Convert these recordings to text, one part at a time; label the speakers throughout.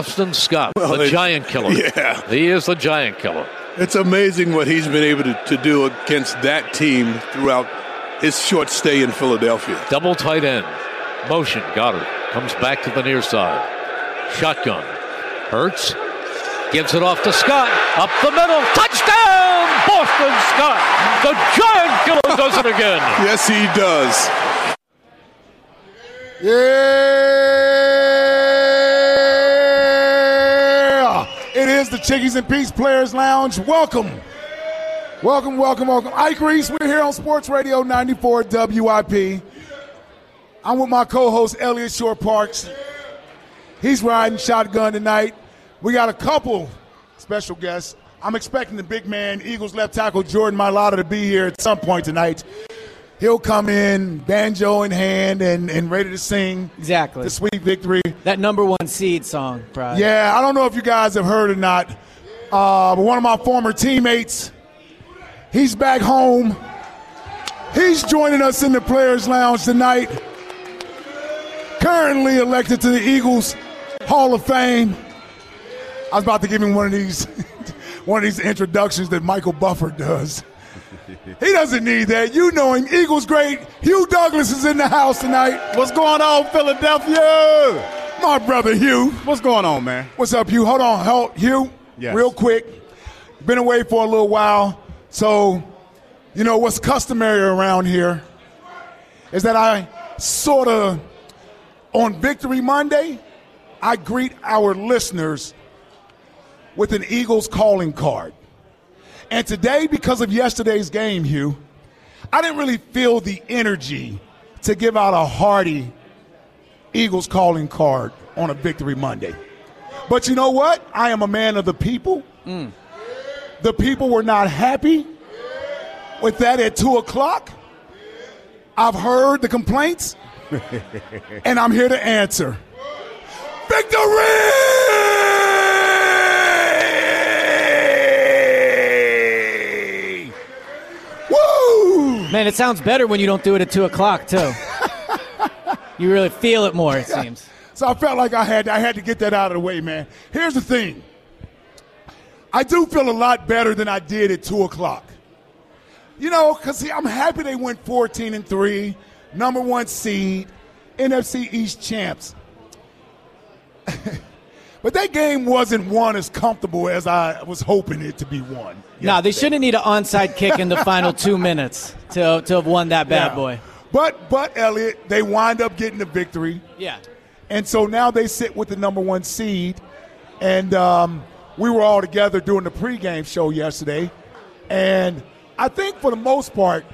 Speaker 1: Austin Scott,
Speaker 2: Well,
Speaker 1: the
Speaker 2: they-
Speaker 1: giant killer.
Speaker 2: Yeah.
Speaker 1: He is the giant killer.
Speaker 2: It's amazing what he's been able to, to do against that team throughout his short stay in Philadelphia.
Speaker 1: Double tight end. Motion. Goddard comes back to the near side. Shotgun. Hurts. Gives it off to Scott. Up the middle. Touchdown! Boston Scott! The giant killer does it again.
Speaker 2: Yes, he does.
Speaker 3: Yeah! It is the Chickies and Peace Players Lounge. Welcome. Welcome, welcome, welcome. Ike Reese, we're here on Sports Radio 94 WIP. I'm with my co-host Elliot Shore Parks. He's riding shotgun tonight. We got a couple special guests. I'm expecting the big man, Eagles left tackle Jordan Mailata, to be here at some point tonight. He'll come in, banjo in hand, and, and ready to sing
Speaker 4: Exactly.
Speaker 3: the sweet victory.
Speaker 4: that number one seed song, probably.
Speaker 3: Yeah, I don't know if you guys have heard or not, uh, but one of my former teammates, he's back home. He's joining us in the Players Lounge tonight. Currently elected to the Eagles Hall of Fame. I was about to give him one of these, one of these introductions that Michael Buffer does. He doesn't need that. You know him. Eagles great. Hugh Douglas is in the house tonight. What's going on, Philadelphia? My brother Hugh.
Speaker 5: What's going on, man?
Speaker 3: What's up, Hugh? Hold on, Hel- Hugh.
Speaker 5: Yes.
Speaker 3: Real quick. Been away for a little while, so you know what's customary around here is that I sort of on Victory Monday, I greet our listeners with an Eagles calling card. And today, because of yesterday's game, Hugh, I didn't really feel the energy to give out a hearty Eagles calling card on a Victory Monday. But you know what? I am a man of the people. The people were not happy with that at 2 o'clock. I've heard the complaints, and I'm here to answer. Victory! Woo!
Speaker 4: Man, it sounds better when you don't do it at two o'clock too. you really feel it more, it seems.
Speaker 3: So I felt like I had I had to get that out of the way, man. Here's the thing. I do feel a lot better than I did at two o'clock. You know, because I'm happy they went 14 and three, number one seed, NFC East champs. but that game wasn't won as comfortable as I was hoping it to be won.
Speaker 4: No, they shouldn't need an onside kick in the final two minutes to to have won that bad
Speaker 3: Yeah.
Speaker 4: boy.
Speaker 3: But but Elliot, they wind up getting the victory.
Speaker 4: Yeah.
Speaker 3: And so now they sit with the number one seed. And um, we were all together doing the pregame show yesterday. And I think for the most part,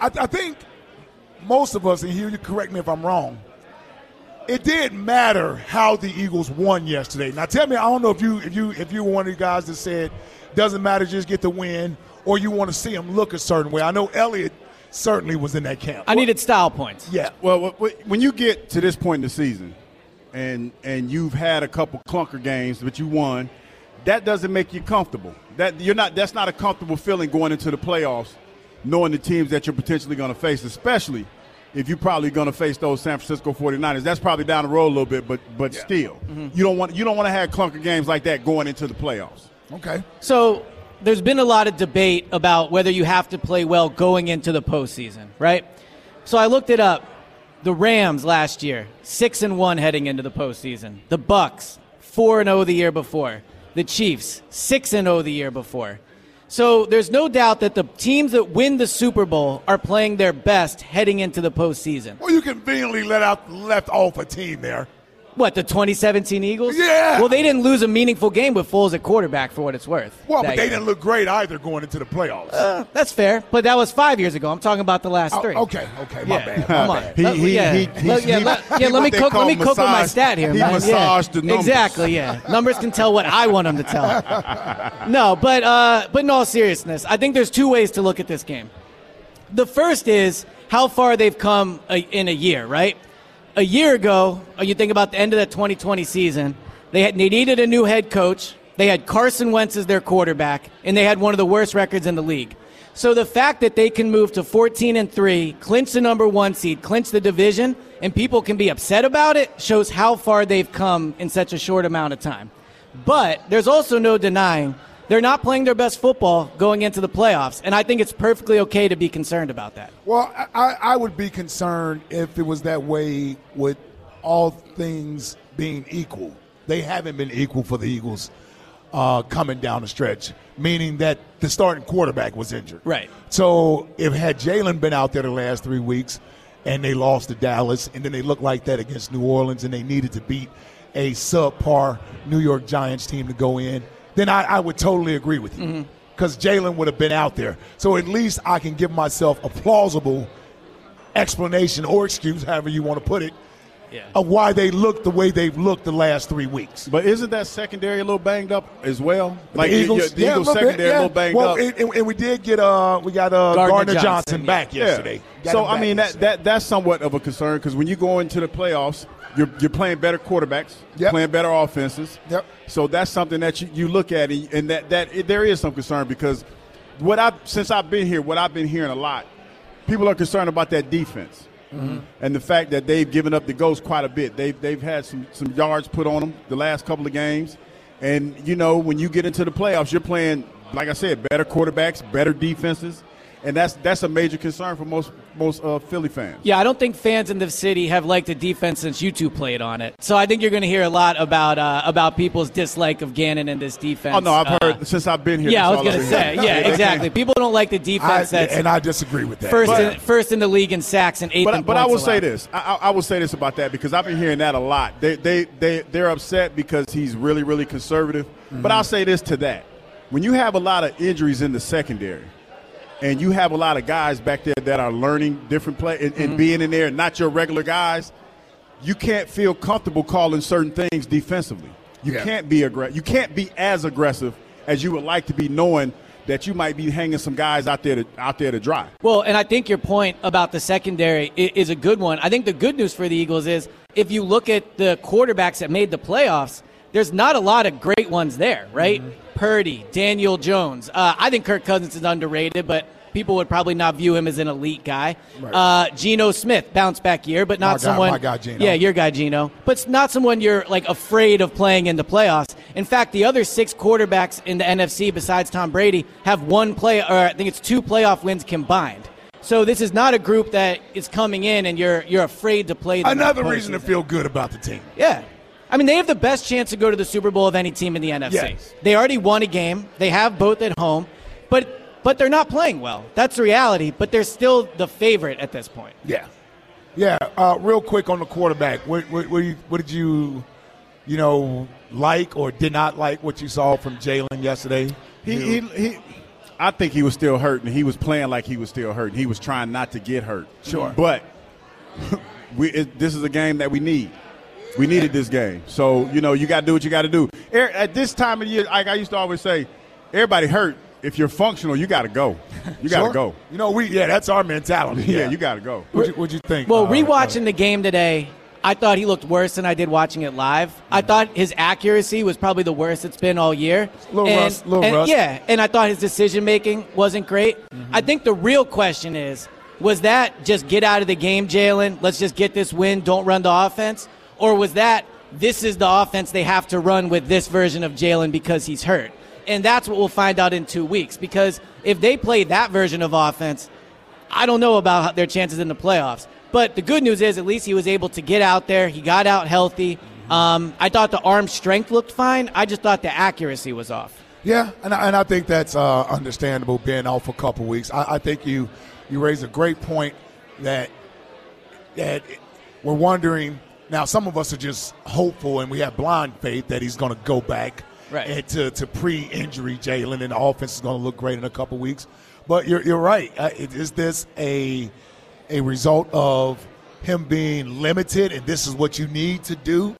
Speaker 3: I, I think most of us, and Hugh, you correct me if I'm wrong, it did matter how the Eagles won yesterday. Now tell me, I don't know if you if you if you were one of the guys that said doesn't matter, just get the win, or you want to see them look a certain way. I know Elliot certainly was in that camp.
Speaker 4: I needed style points.
Speaker 3: yeah.
Speaker 6: Well, wh- wh- when you get to this point in the season, and and you've had a couple clunker games, but you won, that doesn't make you comfortable. That you're not. That's not a comfortable feeling going into the playoffs, knowing the teams that you're potentially going to face, especially if you're probably going to face those San Francisco 49ers. That's probably down the road a little bit, but but still,
Speaker 3: Mm-hmm.
Speaker 6: you don't want you don't want to have clunker games like that going into the playoffs.
Speaker 3: Okay.
Speaker 4: So there's been a lot of debate about whether you have to play well going into the postseason, right? So I looked it up. The Rams last year, six and one heading into the postseason. The Bucks, four and zero the year before. The Chiefs, six and zero the year before. So there's no doubt that the teams that win the Super Bowl are playing their best heading into the postseason.
Speaker 3: Well, you conveniently let out left off a team there.
Speaker 4: What the 2017 Eagles?
Speaker 3: Yeah.
Speaker 4: Well, they didn't lose a meaningful game with Foles at quarterback, for what it's worth.
Speaker 3: Well,
Speaker 4: that
Speaker 3: but they
Speaker 4: year.
Speaker 3: didn't look great either going into the playoffs.
Speaker 4: That's fair, but that was five years ago. I'm talking about the last
Speaker 3: Oh,
Speaker 4: three.
Speaker 3: okay, okay, my
Speaker 4: Yeah,
Speaker 3: bad.
Speaker 4: Come
Speaker 3: my
Speaker 4: on.
Speaker 3: bad.
Speaker 6: He-
Speaker 4: Let-
Speaker 6: he-
Speaker 4: yeah.
Speaker 6: he-
Speaker 4: Let-
Speaker 6: he-
Speaker 4: yeah,
Speaker 6: he-
Speaker 4: let, yeah,
Speaker 6: he
Speaker 4: let me
Speaker 6: what they
Speaker 4: cook. Let
Speaker 6: call
Speaker 4: me cook with my
Speaker 6: massage-
Speaker 4: stat here.
Speaker 6: he
Speaker 4: man.
Speaker 6: massaged
Speaker 4: yeah.
Speaker 6: the numbers.
Speaker 4: Exactly. Yeah. numbers can tell what I want them to tell. no, but uh, but in all seriousness, I think there's two ways to look at this game. The first is how far they've come a, in a year, right? A year ago, uh, you think about the end of that 2020 season, they had, they needed a new head coach. They had Carson Wentz as their quarterback, and they had one of the worst records in the league. So the fact that they can move to 14 and 3, clinch the number 1 seed, clinch the division, and people can be upset about it shows how far they've come in such a short amount of time. But there's also no denying they're not playing their best football going into the playoffs, and I think it's perfectly okay to be concerned about that.
Speaker 3: Well, I- I, I would be concerned if it was that way with all things being equal. They haven't been equal for the Eagles uh, coming down the stretch, meaning that the starting quarterback was injured.
Speaker 4: Right.
Speaker 3: So if had Jalen been out there the last three weeks and they lost to Dallas and then they looked like that against New Orleans and they needed to beat a subpar New York Giants team to go in, then I, I would totally agree with you. Because Jalen would have been out there. So at least I can give myself a plausible explanation or excuse, however you want to put it, of why they look the way they've looked the last three weeks.
Speaker 6: But isn't that secondary a little banged up as well?
Speaker 3: the
Speaker 6: you-
Speaker 3: Eagles,
Speaker 6: you- the
Speaker 3: yeah,
Speaker 6: Eagles
Speaker 3: a little bit,
Speaker 6: secondary a
Speaker 3: yeah.
Speaker 6: little banged
Speaker 3: well,
Speaker 6: up.
Speaker 3: And, and- and we did get uh, we got uh,
Speaker 4: Gardner
Speaker 3: Gardner,
Speaker 4: Johnson,
Speaker 3: Johnson,
Speaker 4: yeah.
Speaker 3: back
Speaker 6: Yeah.
Speaker 3: yesterday. Got
Speaker 6: So
Speaker 3: him back
Speaker 6: I mean that,
Speaker 3: yesterday.
Speaker 6: that that's somewhat of a concern because when you go into the playoffs, you're you're playing better quarterbacks,
Speaker 3: Yep.
Speaker 6: playing better offenses.
Speaker 3: Yep.
Speaker 6: So that's something that you, you look at and, and that that it, there is some concern because what I since I've been here, what I've been hearing a lot, people are concerned about that defense. And the fact that they've given up the ghost quite a bit. They've, they've had some, some yards put on them the last couple of games. And, you know, when you get into the playoffs, you're playing, like I said, better quarterbacks, better defenses. And that's, that's a major concern for most, most uh, Philly fans.
Speaker 4: Yeah, I don't think fans in the city have liked the defense since you two played on it. So I think you're going to hear a lot about uh, about people's dislike of Gannon and this defense.
Speaker 6: Oh, no, I've
Speaker 4: Uh,
Speaker 6: heard since I've been here.
Speaker 4: Yeah, I was
Speaker 6: that's all
Speaker 4: going to
Speaker 6: I've been
Speaker 4: say.
Speaker 6: hearing.
Speaker 4: Yeah,
Speaker 6: they
Speaker 4: exactly.
Speaker 6: can't-
Speaker 4: People don't like the
Speaker 3: I,
Speaker 4: defense that's
Speaker 3: and I disagree with that.
Speaker 4: first
Speaker 6: But-
Speaker 4: in, first in the league in sacks and eighth.
Speaker 6: But,
Speaker 4: in
Speaker 6: but I
Speaker 4: points
Speaker 6: will say
Speaker 4: allowed.
Speaker 6: this. I, I, I will say this about that because I've been hearing that a lot. They, they, they, they're upset because he's really, really conservative.
Speaker 4: Mm-hmm.
Speaker 6: But I'll say this to that. When you have a lot of injuries in the secondary and you have a lot of guys back there that are learning different play and,
Speaker 4: Mm-hmm.
Speaker 6: and being in there, not your regular guys, you can't feel comfortable calling certain things defensively. You
Speaker 3: Yeah.
Speaker 6: can't be aggressive. You can't be as aggressive as you would like to be knowing that you might be hanging some guys out there to, out there to dry.
Speaker 4: Well, and I think your point about the secondary i- is a good one. I think the good news for the Eagles is if you look at the quarterbacks that made the playoffs, there's not a lot of great ones there, right?
Speaker 3: Mm-hmm.
Speaker 4: Purdy, Daniel Jones. Uh, I think Kirk Cousins is underrated, but people would probably not view him as an elite guy. Uh, Geno Smith, bounce back year, but not
Speaker 3: My guy-
Speaker 4: someone.
Speaker 3: my guy, Geno.
Speaker 4: Yeah, your guy Gino, but it's not someone you're like afraid of playing in the playoffs. In fact, the other six quarterbacks in the NFC besides Tom Brady have one play, or I think it's two playoff wins combined. So this is not a group that is coming in and you're you're afraid to play. Them in the
Speaker 3: Another reason to
Speaker 4: postseason.
Speaker 3: feel good about the team.
Speaker 4: Yeah. I mean, they have the best chance to go to the Super Bowl of any team in the NFC.
Speaker 3: Yes.
Speaker 4: They already won a game. They have both at home, but but they're not playing well. That's the reality. But they're still the favorite at this point.
Speaker 3: Yeah, yeah. Uh, real quick on the quarterback. What, what, what, you, what did you, you know, like or did not like what you saw from Jalen yesterday?
Speaker 6: He, he, he, I think he was still hurt, and he was playing like he was still hurt. and He was trying not to get hurt.
Speaker 3: Sure.
Speaker 6: but we, it, this is a game that we need. We needed this game, so you know you got to do what you got to do. Er- At this time of year, like I used to always say, everybody hurt,
Speaker 5: if you're functional, you got to go. You got to
Speaker 3: Sure.
Speaker 5: go.
Speaker 3: You know, we yeah, that's our mentality.
Speaker 5: Yeah, you got to go.
Speaker 3: What'd you, what'd you think?
Speaker 4: Well,
Speaker 3: uh,
Speaker 4: rewatching the game today, I thought he looked worse than I did watching it live.
Speaker 3: Mm-hmm.
Speaker 4: I thought his accuracy was probably the worst it's been all year.
Speaker 3: Little
Speaker 4: and,
Speaker 3: rust, little
Speaker 4: and-
Speaker 3: rust. Mm-hmm.
Speaker 4: Yeah, and I thought his decision making wasn't great. I think the real question is was that just get out of the game, Jalen? Let's just get this win, don't run the offense? Or was that this is the offense they have to run with this version of Jalen because he's hurt? And that's what we'll find out in two weeks because if they play that version of offense, I don't know about how- their chances in the playoffs. But the good news is, at least he was able to get out there. He got out healthy. Um, I thought the arm strength looked fine. I just thought the accuracy was off.
Speaker 3: Yeah, and I, and I think that's uh, understandable being off a couple weeks. I, I think you you raise a great point that that we're wondering now. Some of us are just hopeful and we have blind faith that he's going to go back
Speaker 4: Right.
Speaker 3: and to, to pre-injury Jalen and the offense is going to look great in a couple weeks. But you're you're right. Uh, it- Is this a a result of him being limited and this is what you need to do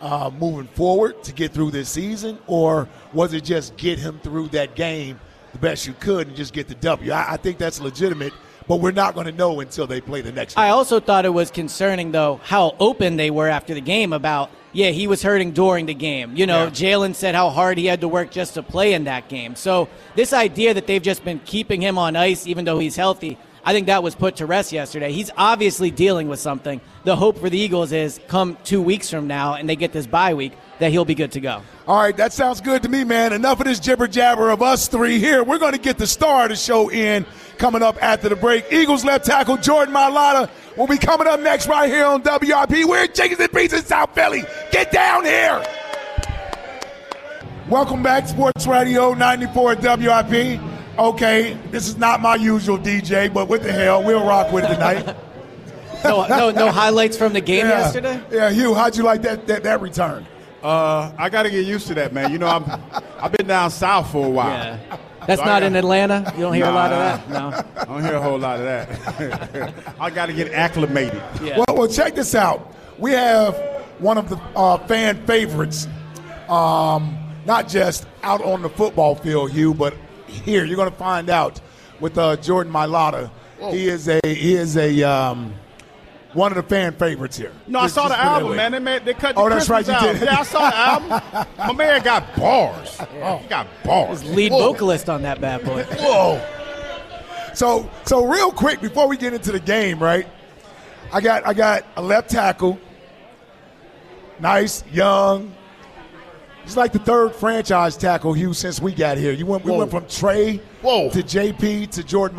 Speaker 3: uh, moving forward to get through this season, or was it just get him through that game the best you could and just get the W? I, I think that's legitimate, but we're not going to know until they play the next.
Speaker 4: I
Speaker 3: one.
Speaker 4: also thought it was concerning, though, how open they were after the game about, yeah, he was hurting during the game. You know, Jalen said how hard he had to work just to play in that game. So, this idea that they've just been keeping him on ice, even though he's healthy, I think that was put to rest yesterday. He's obviously dealing with something. The hope for the Eagles is come two weeks from now and they get this bye week, that he'll be good to go.
Speaker 3: All right, that sounds good to me, man. Enough of this jibber jabber of us three here. We're going to get the star of the show in coming up after the break. Eagles left tackle Jordan Mailata will be coming up next right here on WRP. We're at Jenkins and Beats in South Philly. Get down here. Welcome back, Sports Radio 94 WRP. Okay, this is not my usual DJ, but what the hell, we'll rock with it tonight.
Speaker 4: No, no, no highlights from the game
Speaker 3: yeah.
Speaker 4: yesterday?
Speaker 3: Yeah, Hugh, how'd you like that that, that return?
Speaker 5: Uh, I got to get used to that, man. You know, I'm, I've been down south for a while.
Speaker 4: Yeah. That's not in Atlanta? You don't hear a lot of that? No.
Speaker 5: I don't hear a whole lot of that. I got to get acclimated.
Speaker 4: Yeah.
Speaker 3: Well, well, check this out. We have one of the uh, fan favorites, um, not just out on the football field, Hugh, but here you're going to find out with uh, Jordan Mailata. He is a he is a um, one of the fan favorites here.
Speaker 5: No, I
Speaker 3: Just-
Speaker 5: saw
Speaker 3: just
Speaker 5: the
Speaker 3: put it that
Speaker 5: album,
Speaker 3: way.
Speaker 5: man. They, made, they cut the
Speaker 3: Oh, that's
Speaker 5: Christmas
Speaker 3: right, you
Speaker 5: album.
Speaker 3: did.
Speaker 5: Yeah, I saw the album. My man got bars. He got bars.
Speaker 4: Lead vocalist on that bad boy.
Speaker 3: Whoa. So so real quick before we get into the game, right? I got I got a left tackle. Nice, young. He's like the third franchise tackle, Hugh, since we got here. You went, we went from Trey
Speaker 5: Whoa.
Speaker 3: to JP to Jordan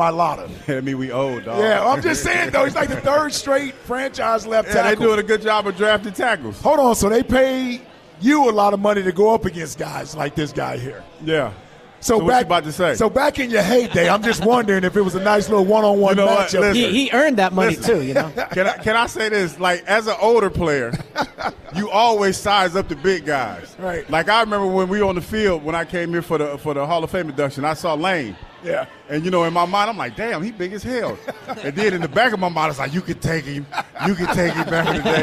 Speaker 3: Mailata.
Speaker 5: I mean, we old, dog.
Speaker 3: Yeah, I'm just saying though, he's like the third straight franchise left
Speaker 5: Yeah, they're
Speaker 3: tackle.
Speaker 5: doing a good job of drafting tackles.
Speaker 3: Hold on, so they pay you a lot of money to go up against guys like this guy here.
Speaker 5: Yeah.
Speaker 3: So,
Speaker 5: So what
Speaker 3: back
Speaker 5: you about to say?
Speaker 3: So back in your heyday, I'm just wondering if it was a nice little one-on-one
Speaker 5: You know what?
Speaker 3: matchup.
Speaker 5: Listen.
Speaker 4: He, he earned that money,
Speaker 5: Listen.
Speaker 4: too, you know?
Speaker 5: Can I, can I say this? Like, as an older player, you always size up the big guys.
Speaker 3: Right.
Speaker 5: Like, I remember when we on the field, when I came here for the, for the Hall of Fame induction, I saw Lane.
Speaker 3: Yeah.
Speaker 5: And you know, in my mind, I'm like, damn, he big as hell. and then in the back of my mind, it's like, you could take him, you could take him back in the day.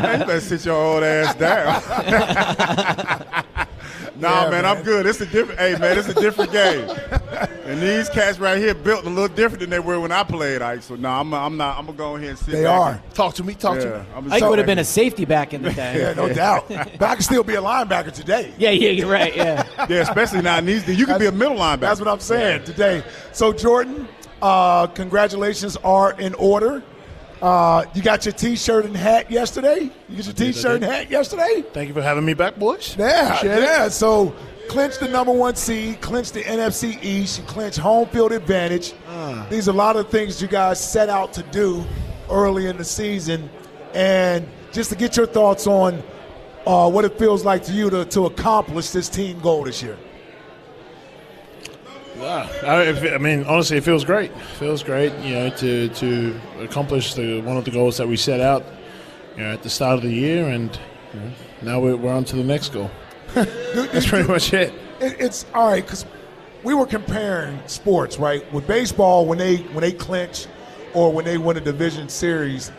Speaker 5: Man, you better sit your old ass down. nah,
Speaker 3: Yeah,
Speaker 5: man, I'm
Speaker 3: man.
Speaker 5: good. It's a different. Hey, man, it's a different game. and these cats right here built a little different than they were when I played. Ike. So nah, I'm, I'm not. I'm gonna go ahead and sit.
Speaker 3: They
Speaker 5: back
Speaker 3: are.
Speaker 5: and-
Speaker 3: Talk to me. Talk
Speaker 5: Yeah, I'm
Speaker 4: Ike
Speaker 5: sit
Speaker 4: would have been a
Speaker 5: back
Speaker 4: safety back in the day.
Speaker 3: Yeah, no doubt. But I can still be a linebacker today.
Speaker 4: Yeah, yeah, you're right. Yeah.
Speaker 5: and- Yeah, especially now in these. days. You could be a middle linebacker.
Speaker 3: That's what I'm saying today. So Jordan, uh, congratulations are in order. Uh, you got your T-shirt and hat yesterday. You got your T-shirt and hat yesterday.
Speaker 6: Thank you for having me back, boys.
Speaker 3: Yeah, yeah. So clinch the number one seed, clinch the NFC East, you clinch home field advantage. These are a lot of things you guys set out to do early in the season, and just to get your thoughts on uh, what it feels like to you to, to accomplish this team goal this year.
Speaker 6: I, if- I mean, honestly, it feels great. It feels great, you know, to to accomplish the one of the goals that we set out, you know, at the start of the year, and you know, now we're, we're on to the next goal. That's pretty much it.
Speaker 3: it, it's all right because we were comparing sports, right? With baseball, when they when they clinch or when they win a division series,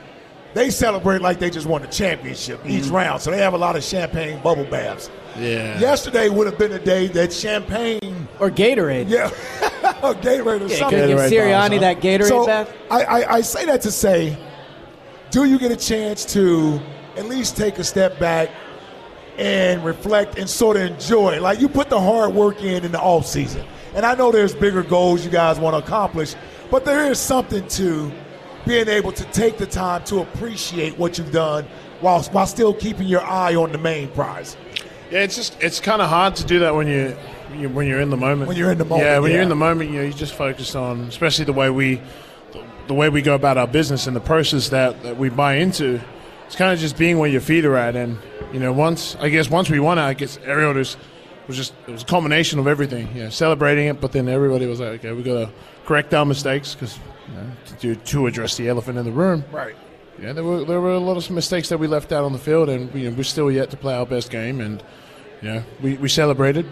Speaker 3: They celebrate like they just won the championship each round, so they have a lot of champagne bubble baths.
Speaker 6: Yeah.
Speaker 3: Yesterday would have been the day that champagne,
Speaker 4: Or Gatorade.
Speaker 3: yeah, or Gatorade or
Speaker 4: Yeah,
Speaker 3: something.
Speaker 4: could give
Speaker 6: Gatorade
Speaker 4: Sirianni
Speaker 6: bottles, huh?
Speaker 4: that Gatorade
Speaker 3: So
Speaker 4: bath.
Speaker 3: I, I, I say that to say, do you get a chance to at least take a step back and reflect and sort of enjoy? Like you put the hard work in in the off season, and I know there's bigger goals you guys want to accomplish, but there is something to being able to take the time to appreciate what you've done while while still keeping your eye on the main prize.
Speaker 6: Yeah, it's just it's kind of hard to do that when you, you when you're in the moment.
Speaker 3: When you're in the moment,
Speaker 6: yeah. When
Speaker 3: yeah.
Speaker 6: you're in the moment, you know, you just focus on, especially the way we, the way we go about our business and the process that, that we buy into. It's kind of just being where your feet are at, and you know, once I guess once we won it, I guess Ariel just was just it was a culmination of everything. You know, celebrating it, but then everybody was like, okay, we got to correct our mistakes because you know, to, to address the elephant in the room.
Speaker 3: Right.
Speaker 6: Yeah, there were there were a lot of mistakes that we left out on the field, and you know, we're still yet to play our best game. And you know, we, we celebrated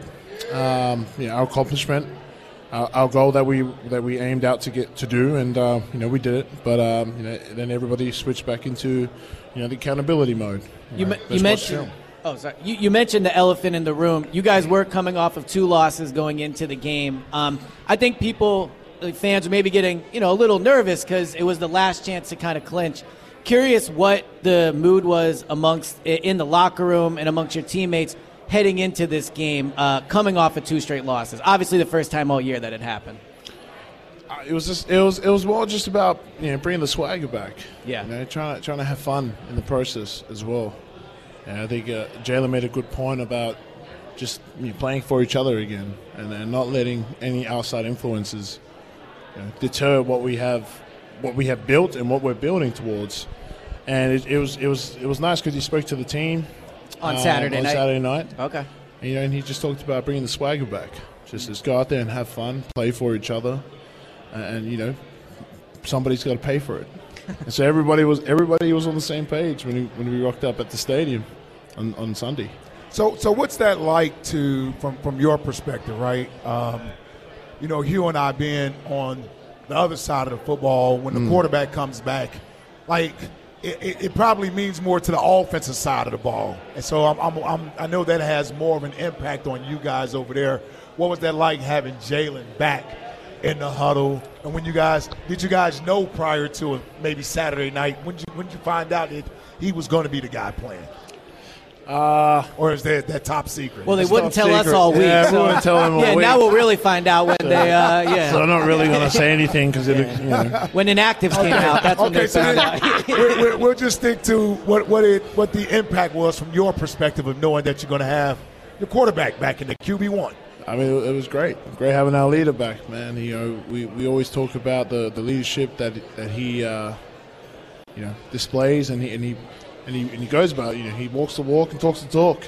Speaker 6: um, you know, our accomplishment, our, our goal that we that we aimed out to get to do, and uh, you know, we did it. But um, you know, then everybody switched back into you know the accountability mode.
Speaker 4: You,
Speaker 6: know,
Speaker 4: me-
Speaker 6: let's
Speaker 4: you
Speaker 6: watch
Speaker 4: mentioned.
Speaker 6: film.
Speaker 4: Oh, sorry. You, you mentioned the elephant in the room. You guys were coming off of two losses going into the game. Um, I think people, like fans, are maybe getting you know a little nervous because it was the last chance to kind of clinch. Curious what the mood was amongst i- in the locker room and amongst your teammates heading into this game, uh, coming off of two straight losses. Obviously, the first time all year that it happened.
Speaker 6: Uh, it was just it was it was more just about you know bringing the swagger back.
Speaker 4: Yeah.
Speaker 6: you know, trying to trying to have fun in the process as well. And I think uh, Jalen made a good point about just you know, playing for each other again and, and not letting any outside influences you know, deter what we have what we have built and what we're building towards. And it, it was it was it was nice because you spoke to the team
Speaker 4: On
Speaker 6: um,
Speaker 4: Saturday
Speaker 6: on
Speaker 4: night.
Speaker 6: Saturday night.
Speaker 4: Okay.
Speaker 6: And, you know, and he just talked about bringing the swagger back. Just, just go out there and have fun, play for each other, and, and you know, somebody's got to pay for it. and so everybody was everybody was on the same page when we, when we rocked up at the stadium on, on Sunday.
Speaker 3: So, so what's that like to from from your perspective, right? Um, you know, Hugh and I being on the other side of the football when the quarterback comes back, like it, it, it probably means more to the offensive side of the ball, and so I'm, I'm, I'm I know that has more of an impact on you guys over there. What was that like having Jalen back in the huddle? And when you guys did you guys know prior to maybe Saturday night when did you when did you find out that he was going to be the guy playing? Or is that that top secret?
Speaker 4: Uh, Well, they wouldn't
Speaker 6: top
Speaker 4: tell us
Speaker 6: secret.
Speaker 4: all week.
Speaker 6: Yeah, we
Speaker 4: so-
Speaker 6: wouldn't tell them all
Speaker 4: yeah, now
Speaker 6: week.
Speaker 4: we'll really find out when they. Uh, yeah.
Speaker 6: So I'm not really going to say anything because you know,
Speaker 4: When inactives came out, that's when
Speaker 3: okay,
Speaker 4: they
Speaker 3: so
Speaker 4: found
Speaker 3: then
Speaker 4: out.
Speaker 3: we're, we're, we'll just stick to what what it what the impact was from your perspective of knowing that you're going to have your quarterback back in the QB one.
Speaker 6: I mean, it was great. Great having our leader back, man. You know, we, we always talk about the, the leadership that that he, uh, you know, displays and he and he and he, and he goes about. You know, he walks the walk and talks the talk,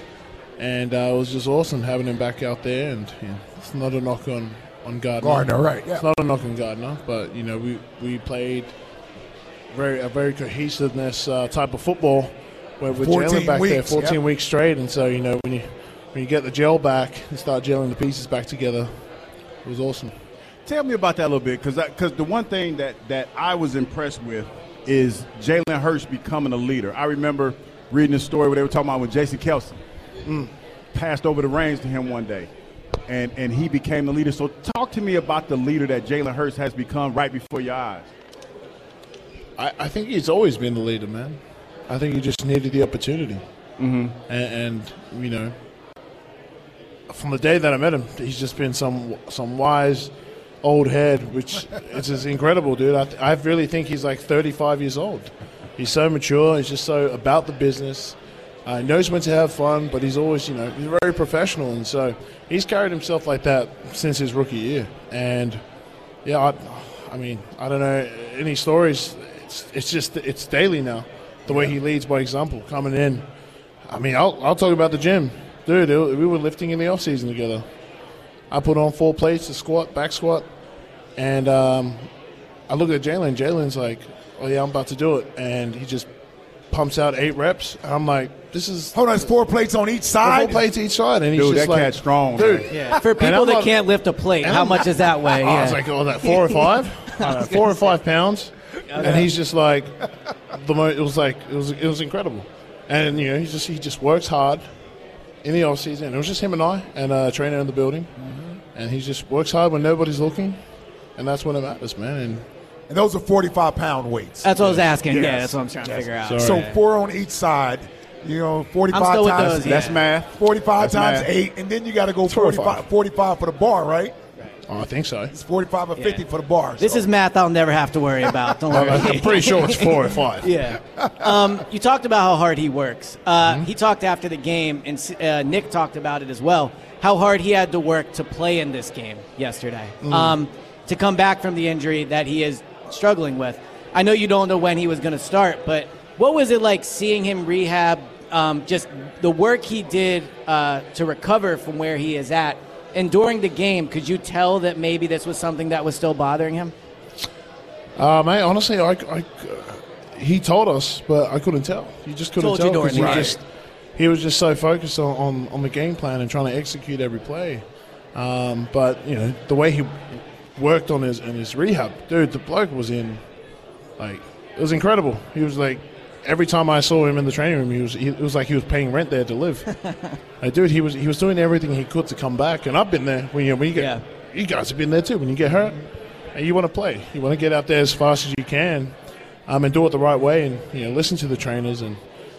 Speaker 6: and uh, it was just awesome having him back out there. And you know, it's not a knock on on Gardner.
Speaker 3: Gardner, right, yeah.
Speaker 6: It's not a knock on Gardner, but you know, we we played very a very cohesiveness uh, type of football where with
Speaker 3: 14
Speaker 6: Jalen back there
Speaker 3: weeks,
Speaker 6: 14
Speaker 3: yep.
Speaker 6: weeks straight and so you know when you when you get the gel back and start gelling the pieces back together it was awesome
Speaker 5: Tell me about that a little bit, because because the one thing that that I was impressed with is Jalen Hurts becoming a leader. I remember reading a story where they were talking about when Jason Kelsey passed over the reins to him one day, and and he became the leader. So talk to me about the leader that Jalen Hurts has become right before your eyes.
Speaker 6: I, I think he's always been the leader man I think he just needed the opportunity mm-hmm. and, and you know from the day that I met him he's just been some some wise old head which is just incredible dude I, I really think he's like 35 years old he's so mature he's just so about the business uh, he knows when to have fun, but he's always, you know, he's very professional, and so he's carried himself like that since his rookie year. And yeah, I, I mean, I don't know any stories. It's, it's just it's daily now, the way he leads by example, coming in. I mean, I'll, I'll talk about the gym, dude. It, we were lifting in the off season together. I put on four plates to squat, back squat, and um, I look at Jalen. Jalen's like, "Oh yeah, I'm about to do it," and he just pumps out eight reps. And I'm like, "This is
Speaker 3: Hold on, it's four plates on each
Speaker 6: four
Speaker 3: side.
Speaker 6: plates each side," and he's
Speaker 5: Dude,
Speaker 6: just
Speaker 5: that
Speaker 6: like,
Speaker 5: cat's strong,
Speaker 6: dude."
Speaker 5: man.
Speaker 4: Yeah, For people
Speaker 6: I'm
Speaker 4: that
Speaker 6: not-
Speaker 4: can't lift a plate,
Speaker 6: and
Speaker 4: how
Speaker 6: I'm
Speaker 4: much
Speaker 6: not-
Speaker 4: is that weigh?
Speaker 6: Oh,
Speaker 4: Yeah.
Speaker 6: it's like oh, that four or five, I don't know, four or five pounds. and he's just like the mo- it was like it was it was incredible, and you know he just he just works hard in the off season. It was just him and I and a trainer in the building,
Speaker 4: Mm-hmm.
Speaker 6: and he just works hard when nobody's looking, and that's when it matters, man. And
Speaker 3: And those are 45 pound weights.
Speaker 4: That's what I was asking. Yeah,
Speaker 3: Yes.
Speaker 4: that's what I'm trying to figure out.
Speaker 6: Sorry.
Speaker 3: so four on each side. You know, 45
Speaker 4: I'm still with
Speaker 3: times.
Speaker 4: those, yeah.
Speaker 5: That's math.
Speaker 3: 45 times
Speaker 5: math.
Speaker 3: 8, and then you got to go 45,
Speaker 6: 45.
Speaker 3: 45 for the bar, right?
Speaker 6: oh, I think so.
Speaker 3: It's 45 or 50 for the bar.
Speaker 4: This
Speaker 3: so.
Speaker 4: is math I'll never have to worry about. Don't worry.
Speaker 6: I'm pretty sure it's four or five.
Speaker 4: Yeah. Um, you talked about how hard he works. Uh, He talked after the game, and uh, Nick talked about it as well, how hard he had to work to play in this game yesterday, um, to come back from the injury that he is struggling with. I know you don't know when he was going to start, but what was it like seeing him rehab, um, just the work he did uh, to recover from where he is at? And during the game, could you tell that maybe this was something that was still bothering him?
Speaker 6: Uh, mate, honestly, I, I- he told us, but I couldn't tell. You just couldn't
Speaker 4: Told you
Speaker 6: tell
Speaker 4: during
Speaker 6: he
Speaker 4: the game.
Speaker 6: just he was just so focused on, on, on the game plan and trying to execute every play. Um, but you know the way he worked on his and his rehab, dude. The bloke was in like it was incredible. He was like every time I saw him in the training room, he was he, it was like he was paying rent there to live. like, dude, he was he was doing everything he could to come back, and I've been there. When you when you get
Speaker 4: Yeah.
Speaker 6: you guys have been there too. When you get hurt, and you want to play, you want to get out there as fast as you can, um, and do it the right way, and you know listen to the trainers and.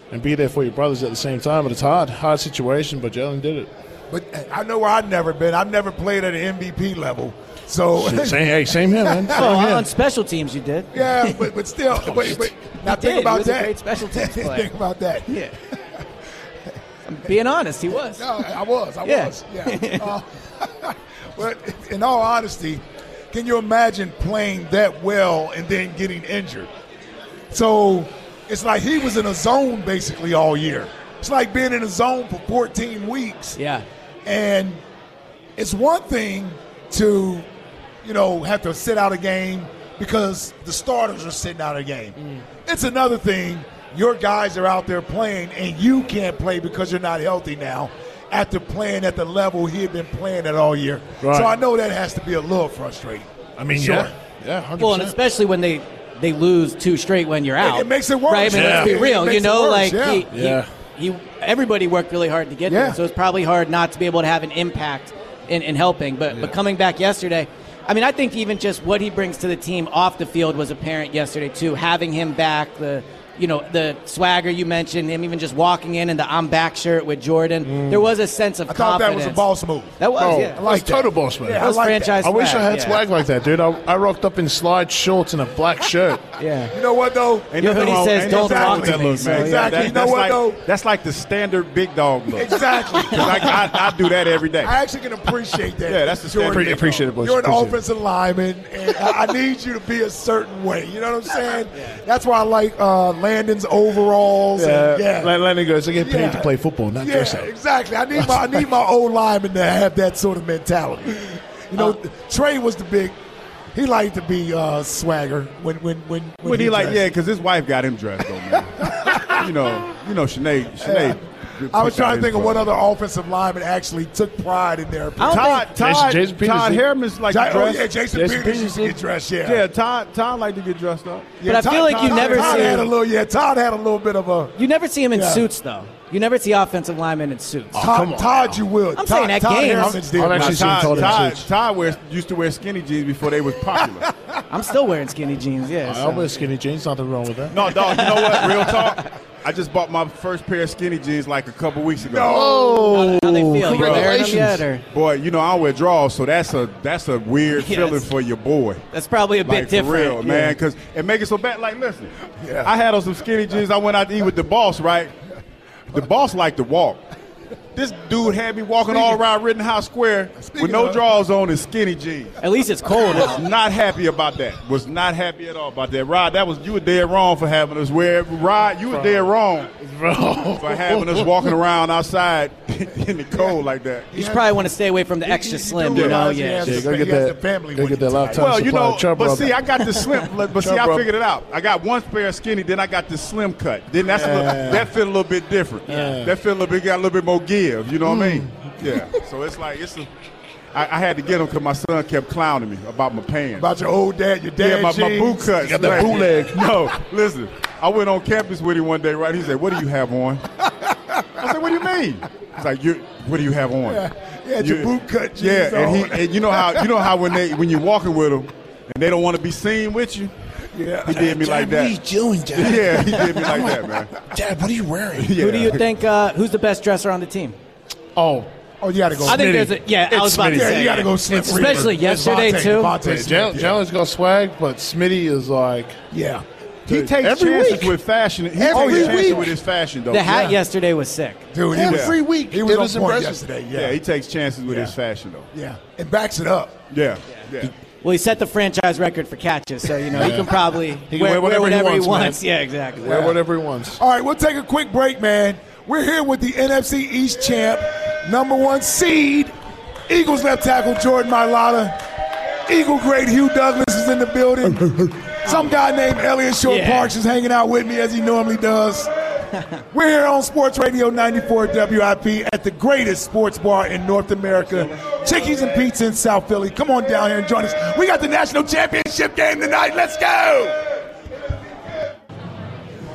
Speaker 6: And be there for your brothers at the same time, but it's hard, hard situation. But Jalen did it.
Speaker 3: But I know where I've never been. I've never played at an MVP level. So,
Speaker 6: Shit, Same, hey, same here, man. Same
Speaker 4: Oh,
Speaker 6: here.
Speaker 4: on special teams, you did.
Speaker 3: yeah, but, but still, wait, wait. Now
Speaker 4: did.
Speaker 3: think
Speaker 4: Oh, He
Speaker 3: about
Speaker 4: was a
Speaker 3: that.
Speaker 4: great special teams player.
Speaker 3: think about that.
Speaker 4: Yeah. I'm being honest, he was.
Speaker 3: No, I was. I
Speaker 4: Yeah.
Speaker 3: was. Yeah. Uh, but in all honesty, can you imagine playing that well and then getting injured? So it's like he was in a zone basically all year. It's like being in a zone for 14 weeks.
Speaker 4: Yeah.
Speaker 3: And it's one thing to, you know, have to sit out a game because the starters are sitting out a game.
Speaker 4: Mm.
Speaker 3: It's another thing your guys are out there playing and you can't play because you're not healthy now after playing at the level he had been playing at all year.
Speaker 6: Right.
Speaker 3: So I know that has to be a little frustrating.
Speaker 6: I mean,
Speaker 3: Sure.
Speaker 6: yeah, yeah, 100%.
Speaker 4: Well, and especially when they they lose two straight when you're out.
Speaker 3: it makes it worse.
Speaker 4: Right? I mean, let's be
Speaker 6: Yeah.
Speaker 3: It
Speaker 4: real.
Speaker 3: makes
Speaker 4: You
Speaker 3: it
Speaker 4: know,
Speaker 3: worse,
Speaker 4: like
Speaker 3: yeah.
Speaker 4: he,
Speaker 6: Yeah.
Speaker 4: he, he- everybody worked really hard to get
Speaker 3: Yeah.
Speaker 4: there, so it's probably hard not to be able to have an impact in, in helping. But but coming back yesterday, I mean, I think even just what he brings to the team off the field was apparent yesterday too. Having him back, the you know the swagger you mentioned, him even just walking in in the "I'm back" shirt with Jordan, there was a sense of
Speaker 3: Mm. I thought that was a
Speaker 4: confidence.
Speaker 3: boss move.
Speaker 4: That was
Speaker 6: Oh,
Speaker 4: yeah.
Speaker 6: I like total boss man.
Speaker 3: Yeah,
Speaker 4: That was
Speaker 3: I like that.
Speaker 4: franchise.
Speaker 6: I wish I
Speaker 4: swag,
Speaker 6: had
Speaker 4: yeah.
Speaker 6: swag like that, dude. I, I rocked up in slide shorts and a black shirt.
Speaker 4: Yeah.
Speaker 3: You know what though?
Speaker 5: Ain't
Speaker 4: Your
Speaker 5: nothing
Speaker 4: hoodie
Speaker 5: wrong-
Speaker 4: says,
Speaker 5: ain't
Speaker 4: "Don't
Speaker 5: nothing wrong
Speaker 4: rock
Speaker 5: with that
Speaker 4: me,"
Speaker 5: look,
Speaker 4: so,
Speaker 5: man.
Speaker 4: yeah.
Speaker 3: Exactly. You know
Speaker 5: that's
Speaker 3: what,
Speaker 5: like,
Speaker 3: though?
Speaker 5: That's like the standard big dog look.
Speaker 3: Exactly.
Speaker 5: 'Cause I, I, I do that every day.
Speaker 3: I actually can appreciate that.
Speaker 5: Yeah, that's the
Speaker 3: Jordan,
Speaker 5: standard. Appre- appreciate it, boys.
Speaker 3: You're an
Speaker 5: Appreciate it.
Speaker 3: offensive lineman, and I I need you to be a certain way. You know what I'm saying? That's why I like uh, Landon's overalls.
Speaker 6: Yeah,
Speaker 3: and, yeah.
Speaker 6: Lan- Landon goes, I get paid
Speaker 3: Yeah.
Speaker 6: to play football, not dress
Speaker 3: yeah,
Speaker 6: up.
Speaker 3: exactly. I need my I need my old lineman to have that sort of mentality. You know,
Speaker 5: Uh,
Speaker 3: Trey was the big. He liked to be uh, swagger when when when when,
Speaker 5: But he like,
Speaker 3: dressed.
Speaker 5: yeah, because his wife got him dressed, though, man. you know, you know, Sinead. Sinead
Speaker 3: I was trying to think of what other offensive lineman actually took pride in their.
Speaker 4: I don't
Speaker 5: Todd,
Speaker 6: Jason-
Speaker 5: Todd,
Speaker 6: Jason Peters
Speaker 5: Todd
Speaker 6: did.
Speaker 5: Harriman's like
Speaker 3: Ja- oh,
Speaker 5: dressed.
Speaker 3: yeah, Jason Peters used to
Speaker 5: did.
Speaker 3: get dressed, yeah.
Speaker 5: yeah. Todd, Todd liked to get dressed up.
Speaker 3: Yeah,
Speaker 4: But I feel like you never
Speaker 3: Todd
Speaker 4: see-
Speaker 3: had a little. Yeah, Todd had a little bit of a.
Speaker 4: You never see him in
Speaker 3: Yeah. Ah.
Speaker 4: suits, though. You never see offensive linemen in suits.
Speaker 6: come
Speaker 3: Todd,
Speaker 6: on
Speaker 3: Todd you will.
Speaker 4: I'm
Speaker 3: Todd,
Speaker 4: saying at
Speaker 3: Todd
Speaker 4: games.
Speaker 3: Harriman's did.
Speaker 6: I've actually
Speaker 5: Now,
Speaker 6: seen Todd
Speaker 5: Oh, Todd,
Speaker 6: in
Speaker 5: Todd,
Speaker 6: suits.
Speaker 5: Todd wears, used to wear skinny jeans before they was popular.
Speaker 4: I'm still wearing skinny jeans. Yeah.
Speaker 6: I
Speaker 4: so-
Speaker 6: wear skinny jeans, nothing wrong with that.
Speaker 5: no, dog. You know what? Real talk. I just bought my first pair of skinny jeans like a couple weeks ago.
Speaker 6: Oh,
Speaker 4: how they feel? You wearing them
Speaker 6: congratulations.
Speaker 4: yet? Or?
Speaker 5: Boy, you know I wear draws, so that's a that's a weird
Speaker 4: Yes.
Speaker 5: feeling for your boy.
Speaker 4: That's probably a bit
Speaker 5: Like
Speaker 4: different,
Speaker 5: for real,
Speaker 4: yeah.
Speaker 5: man. Because it make it so bad. Like, listen,
Speaker 3: Yeah.
Speaker 5: I had on some skinny jeans. I went out to eat with the boss, right? The boss liked to walk. This dude had me walking all around Rittenhouse Square with
Speaker 3: Speaking
Speaker 5: no
Speaker 3: of-
Speaker 5: draws on and skinny jeans.
Speaker 4: At least it's cold.
Speaker 5: Was
Speaker 4: out.
Speaker 5: not happy about that. Was not happy at all about that. Rod, that was you were dead wrong for having us wear. Rod, you were dead wrong
Speaker 3: Oh.
Speaker 6: Bro.
Speaker 5: for having us walking around outside in the cold like that.
Speaker 4: you should probably want to stay away from the extra slim.
Speaker 3: do
Speaker 4: You know,
Speaker 3: realize he
Speaker 4: yeah.
Speaker 3: has-
Speaker 6: Yeah, go
Speaker 3: He
Speaker 6: get
Speaker 3: has
Speaker 6: that,
Speaker 3: the family
Speaker 6: go
Speaker 3: with
Speaker 6: get
Speaker 3: you
Speaker 6: that
Speaker 3: tonight.
Speaker 6: lifetime
Speaker 5: Well, you
Speaker 6: supply
Speaker 5: know,
Speaker 6: of chub
Speaker 5: but
Speaker 6: rub.
Speaker 5: see, I got the slim. But see,
Speaker 6: Chub
Speaker 5: I
Speaker 6: rub.
Speaker 5: figured it out. I got one pair of skinny, then I got the slim cut. Then that's a little, that fit a little bit
Speaker 3: Hmm.
Speaker 5: different. That fit a little bit, got a little bit more give. You know what I mean? Yeah. So it's like it's a, I, I had to get them because my son kept clowning me about my pants.
Speaker 3: About your old dad, your dad
Speaker 5: yeah, my, my boot
Speaker 3: jeans.
Speaker 5: cut.
Speaker 3: You got that bootleg.
Speaker 5: No, listen. I went on campus with him one day, right? He said, "What do you have on?" I said, "What do you mean?" He's like, "You, what do you have on?"
Speaker 3: Yeah, you had your boot cut jeans
Speaker 5: Yeah, and
Speaker 3: on.
Speaker 5: he, and you know how you know how when they when you're walking with them, and they don't want to be seen with you.
Speaker 3: Yeah.
Speaker 5: he did me like
Speaker 6: What are you
Speaker 5: that.
Speaker 6: doing, Dad?
Speaker 5: Yeah, he did me like that, man.
Speaker 6: Dad, what are you wearing?
Speaker 5: Yeah.
Speaker 4: Who do you think? Uh, who's the best dresser on the team?
Speaker 6: Oh,
Speaker 3: Oh, you got to go.
Speaker 4: I think
Speaker 6: Smitty.
Speaker 4: there's a yeah. I
Speaker 6: It's
Speaker 4: was about to
Speaker 6: Smitty.
Speaker 3: yeah,
Speaker 4: say
Speaker 3: you got to go Slim
Speaker 4: It's especially
Speaker 3: Reaper. It's
Speaker 4: yesterday
Speaker 3: Vontae,
Speaker 4: too.
Speaker 3: Vontae Smith,
Speaker 6: Jalen
Speaker 3: yeah.
Speaker 6: has got swag, but Smitty is like
Speaker 3: Yeah.
Speaker 5: He takes
Speaker 6: Every
Speaker 5: chances
Speaker 6: week.
Speaker 5: with fashion. He
Speaker 6: Every
Speaker 5: takes chances
Speaker 6: week.
Speaker 5: with his fashion, though.
Speaker 4: The hat
Speaker 5: yeah.
Speaker 4: yesterday was sick.
Speaker 3: Dude, he was,
Speaker 5: Every
Speaker 6: week,
Speaker 3: He was
Speaker 6: it
Speaker 3: on
Speaker 6: was
Speaker 3: point
Speaker 6: impressive.
Speaker 3: yesterday.
Speaker 5: Yeah.
Speaker 3: Yeah.
Speaker 5: he takes chances with
Speaker 3: Yeah.
Speaker 5: his fashion, though.
Speaker 3: yeah. And backs it up.
Speaker 5: Yeah, yeah.
Speaker 4: Well, he set the franchise record for catches, so you know he can probably
Speaker 6: can
Speaker 4: wear, wear
Speaker 6: wear whatever he
Speaker 4: whatever he
Speaker 6: wants, man.
Speaker 4: wants. Yeah, exactly.
Speaker 6: wear whatever he wants.
Speaker 3: All right, we'll take a quick break, man. We're here with the NFC East champ, number one seed, Eagles left tackle Jordan Mailata. Eagle great Hugh Douglas is in the building. Some guy named Elliot Short
Speaker 4: Yeah.
Speaker 3: Parks is hanging out with me as he normally does. We're here on Sports Radio 94 WIP at the greatest sports bar in North America, Chickies and Pizza in South Philly. Come on down here and join us. We got the national championship game tonight. Let's go!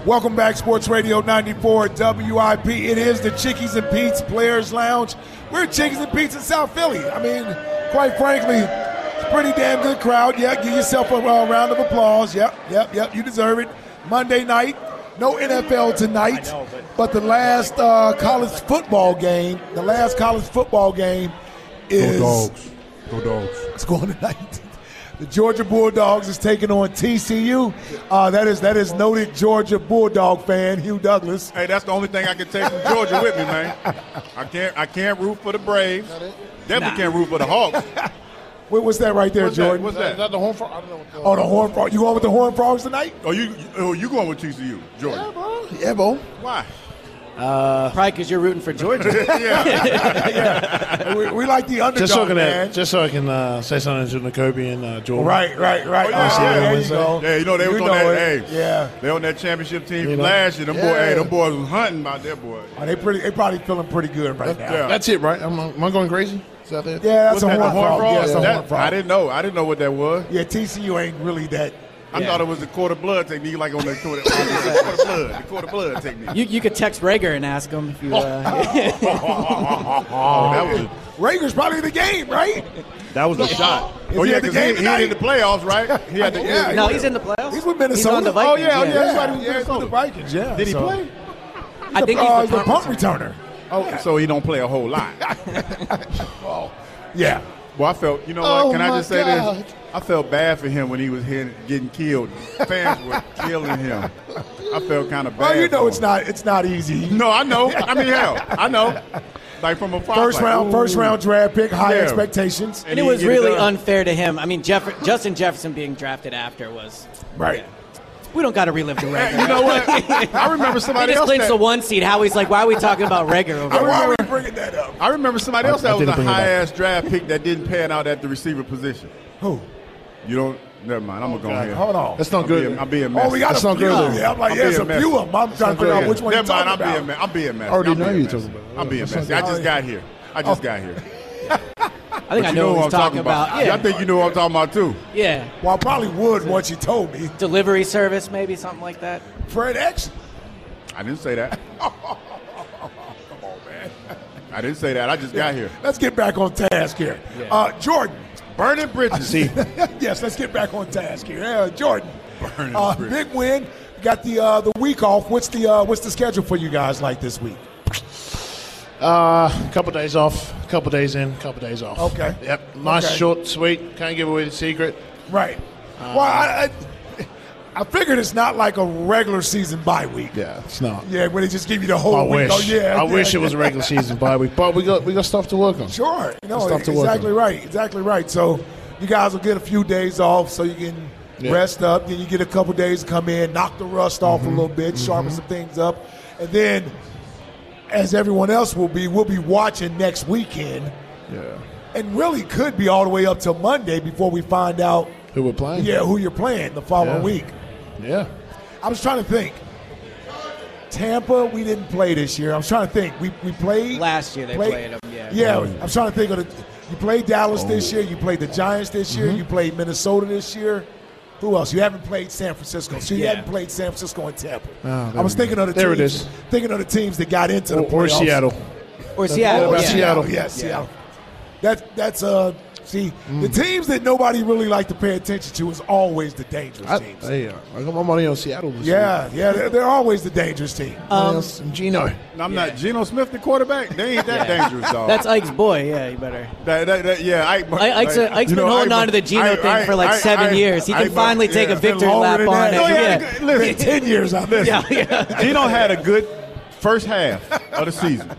Speaker 3: Welcome back, Sports Radio 94 WIP. It is the Chickies and Pete's Players Lounge. We're at Chickies and Pete's in South Philly. I mean, quite frankly, it's a pretty damn good crowd. Yeah, give yourself a uh, round of applause. Yep, yep, yep. You deserve it. Monday night, no NFL tonight, but, the last uh, college football game, the last college football game is
Speaker 5: Go dogs.
Speaker 3: it's going tonight. The Georgia Bulldogs is taking on TCU. Uh, that is that is noted Georgia Bulldog fan Hugh Douglas.
Speaker 5: Hey, that's the only thing I can take from Georgia with me, man. I can't. I can't root for the Braves. Definitely can't root for the Hawks.
Speaker 3: What was that right there,
Speaker 5: What's that?
Speaker 3: Jordan?
Speaker 5: What's
Speaker 6: Is that the home for? I don't know. What the
Speaker 3: Oh, the Horn Frogs. You going with the Horn Frogs tonight?
Speaker 5: Oh, you. Oh, you going with TCU, Georgia?
Speaker 3: Yeah, bro.
Speaker 5: Why?
Speaker 4: Uh, Probably because you're rooting for Georgia.
Speaker 3: We, we like the underdog,
Speaker 6: just so I can,
Speaker 3: man.
Speaker 6: just so I can uh, say something to Nakobe and uh, Jordan.
Speaker 3: right, right, right.
Speaker 5: Oh, yeah,
Speaker 3: Oh,
Speaker 5: yeah,
Speaker 3: there you
Speaker 6: Wednesday.
Speaker 3: go.
Speaker 5: Yeah, you know they was on
Speaker 3: know
Speaker 5: that.
Speaker 3: it.
Speaker 5: Hey,
Speaker 3: Yeah.
Speaker 5: They on that championship team
Speaker 6: You know?
Speaker 5: last year. Them boy,
Speaker 3: Yeah.
Speaker 5: hey, them boys was hunting about their boy.
Speaker 3: Are they pretty? They probably feeling pretty good right now.
Speaker 5: Yeah.
Speaker 6: That's it, right? Am I, am I going crazy? Is that it?
Speaker 3: Yeah, that's
Speaker 5: Wasn't
Speaker 3: a
Speaker 5: that the
Speaker 3: Horn Frog. Yeah,
Speaker 5: Horn
Speaker 3: that's
Speaker 5: Frogs?
Speaker 3: a Horn
Speaker 5: That- I
Speaker 3: Frog.
Speaker 5: didn't know. I didn't know what that was.
Speaker 3: Yeah, TCU ain't really that.
Speaker 5: I
Speaker 4: Yeah.
Speaker 5: thought it was the quarter blood technique, like on the quarter, the quarter blood, the quarter blood technique.
Speaker 4: you, you could text Rager and ask him if you. Uh,
Speaker 5: Oh, that was a,
Speaker 3: Rager's probably in the game, right?
Speaker 5: that was a shot.
Speaker 3: Is
Speaker 5: Oh
Speaker 3: he
Speaker 5: yeah,
Speaker 3: at the
Speaker 5: because he,
Speaker 3: game
Speaker 5: he hit in
Speaker 3: tonight?
Speaker 5: the playoffs, right? He had the
Speaker 3: Yeah.
Speaker 4: no, he's in the playoffs.
Speaker 3: He's with Minnesota.
Speaker 4: He's on the
Speaker 3: Oh,
Speaker 4: Vikings.
Speaker 5: yeah, oh, yeah.
Speaker 3: Everybody was
Speaker 5: Yeah,
Speaker 3: with the Vikings. Yeah.
Speaker 5: Did he
Speaker 3: so-
Speaker 5: play?
Speaker 4: I think
Speaker 3: Uh,
Speaker 4: he's the punt.
Speaker 3: returner.
Speaker 5: Oh, so he don't play a whole lot.
Speaker 3: Yeah.
Speaker 5: Well, I felt, you know
Speaker 6: Oh,
Speaker 5: what? Can I
Speaker 6: my
Speaker 5: just say
Speaker 6: God.
Speaker 5: this? I felt bad for him when he was hitting, getting killed. Fans were killing him. I felt kind of bad.
Speaker 3: Well, you know
Speaker 5: for
Speaker 3: it's
Speaker 5: him.
Speaker 3: not it's not easy.
Speaker 5: No, I know. I mean, hell, I know. Like from afar.
Speaker 3: First
Speaker 5: like,
Speaker 3: round,
Speaker 5: ooh.
Speaker 3: first round draft pick, high
Speaker 5: Yeah.
Speaker 3: expectations.
Speaker 4: And it
Speaker 5: he
Speaker 4: was
Speaker 5: didn't get it
Speaker 3: uh,
Speaker 4: really
Speaker 5: done.
Speaker 4: unfair to him. I mean, Jeff- Justin Jefferson being drafted after was.
Speaker 3: Right.
Speaker 4: We don't got to relive the Rager.
Speaker 5: Hey, you know what? I remember
Speaker 4: They
Speaker 5: somebody
Speaker 4: just
Speaker 5: else.
Speaker 4: clinched the
Speaker 5: That,
Speaker 4: one seed. Howie's like, why are we talking about Rager over
Speaker 3: Why
Speaker 4: there?
Speaker 3: are we bringing that up?
Speaker 5: I remember somebody
Speaker 6: I-
Speaker 5: else that
Speaker 6: I
Speaker 5: was a
Speaker 6: didn't bring it up.
Speaker 5: high ass draft pick that didn't pan out at the receiver position.
Speaker 3: Who?
Speaker 5: You don't. Never mind. I'm gonna go here.
Speaker 3: Hold on.
Speaker 6: That's not
Speaker 5: I'm
Speaker 6: good.
Speaker 5: Being, I'm being messy.
Speaker 3: Oh, we got
Speaker 6: That's
Speaker 3: a
Speaker 6: not
Speaker 3: few.
Speaker 6: good,
Speaker 3: of
Speaker 6: though.
Speaker 3: them. I'm like,
Speaker 5: I'm
Speaker 3: yeah, it's a
Speaker 5: being messy.
Speaker 3: few of them. I'm trying to figure out which one you're
Speaker 5: Never mind. I'm
Speaker 3: talking
Speaker 5: being, me-
Speaker 3: about.
Speaker 5: I'm being messy.
Speaker 6: I already
Speaker 5: I'm
Speaker 6: know
Speaker 5: being
Speaker 6: you're
Speaker 5: messy.
Speaker 6: talking about it.
Speaker 5: I'm being
Speaker 6: That's
Speaker 5: messy.
Speaker 6: not
Speaker 5: I
Speaker 6: good.
Speaker 5: just got here. I just got here.
Speaker 4: I think I
Speaker 5: You
Speaker 4: know
Speaker 5: know
Speaker 4: what
Speaker 5: what
Speaker 4: he's talking about.
Speaker 5: I
Speaker 4: Yeah.
Speaker 5: think you know what I'm talking about too.
Speaker 4: yeah.
Speaker 3: Well, I probably would once you told me.
Speaker 4: Delivery service, maybe something like that.
Speaker 3: Fred X.
Speaker 5: I didn't say that. Come on, man. I didn't say that. I just got here.
Speaker 3: Let's get back on task here. Uh, Jordan.
Speaker 5: Burning bridges. See,
Speaker 3: yes, let's get back on task here. Yeah, Jordan.
Speaker 5: Burning
Speaker 3: Uh,
Speaker 5: bridges.
Speaker 3: big win. Got the uh, the week off. What's the uh, what's the schedule for you guys like this week?
Speaker 6: Uh, couple days off, couple days in, couple days off.
Speaker 3: Okay.
Speaker 6: Yep. Nice,
Speaker 3: Okay.
Speaker 6: short, sweet. Can't give away the secret.
Speaker 3: Right.
Speaker 6: Um,
Speaker 3: well, I, I, I figured it's not like a regular season bye week.
Speaker 6: Yeah, it's not.
Speaker 3: Yeah, where they just give you the whole
Speaker 6: I
Speaker 3: week.
Speaker 6: wish.
Speaker 3: Oh, yeah.
Speaker 6: I
Speaker 3: yeah,
Speaker 6: wish it was
Speaker 3: yeah.
Speaker 6: a regular season bye week, but we got we got stuff to work on.
Speaker 3: Sure. No,
Speaker 6: It's tough to work
Speaker 3: exactly
Speaker 6: on.
Speaker 3: right. Exactly right. So you guys will get a few days off so you can
Speaker 6: Yeah.
Speaker 3: rest up. Then you get a couple days to come in, knock the rust off a
Speaker 6: Mm-hmm.
Speaker 3: little bit, sharpen some things up. And then, as everyone else will be, we'll be watching next weekend.
Speaker 6: Yeah.
Speaker 3: And really could be all the way up till Monday before we find out,
Speaker 6: Who we're playing?
Speaker 3: yeah, who you're playing the following
Speaker 6: Yeah.
Speaker 3: week.
Speaker 6: Yeah.
Speaker 3: I was trying to think. Tampa, we didn't play this year. I was trying to think. We, we played
Speaker 4: Last year they played 'em, yeah.
Speaker 6: Mm.
Speaker 3: Yeah, I'm trying to think of the. You played Dallas
Speaker 6: Oh.
Speaker 3: this year. You played the Giants this
Speaker 6: Mm-hmm.
Speaker 3: year. You played Minnesota this year. Who else? You haven't played San Francisco. So you
Speaker 4: Yeah.
Speaker 3: haven't played San Francisco and Tampa.
Speaker 6: Oh, there
Speaker 3: I was
Speaker 6: we
Speaker 3: thinking
Speaker 6: go.
Speaker 3: of the
Speaker 6: There it
Speaker 3: teams,
Speaker 6: is.
Speaker 3: Thinking of the teams that got into the
Speaker 6: Or, or
Speaker 3: playoffs. Oh,
Speaker 6: Seattle.
Speaker 4: Or Seattle.
Speaker 6: Or
Speaker 4: yeah.
Speaker 6: Seattle.
Speaker 3: Yeah, Seattle. That that's uh see
Speaker 6: Mm.
Speaker 3: the teams that nobody really like to pay attention to is always the dangerous
Speaker 6: I,
Speaker 3: teams.
Speaker 6: hey, uh, I got my money on Seattle this
Speaker 3: yeah, yeah, they're, they're always the dangerous team.
Speaker 6: Um, Gino.
Speaker 5: And I'm not Geno Smith, the quarterback. They ain't that dangerous, dog.
Speaker 4: That's Ike's boy. Yeah, you better.
Speaker 5: That- that- that- yeah, Ike,
Speaker 4: I- Ike's a- Ike's been holding on to the Geno thing for like seven years. He can finfinally take a victory
Speaker 3: longer than
Speaker 4: lap on
Speaker 3: that.
Speaker 4: it.
Speaker 5: No, he had a
Speaker 4: yeah.
Speaker 5: Oh, good- listen,
Speaker 3: Ten years on this.
Speaker 4: Yeah, yeah.
Speaker 5: Geno had a good first half of the season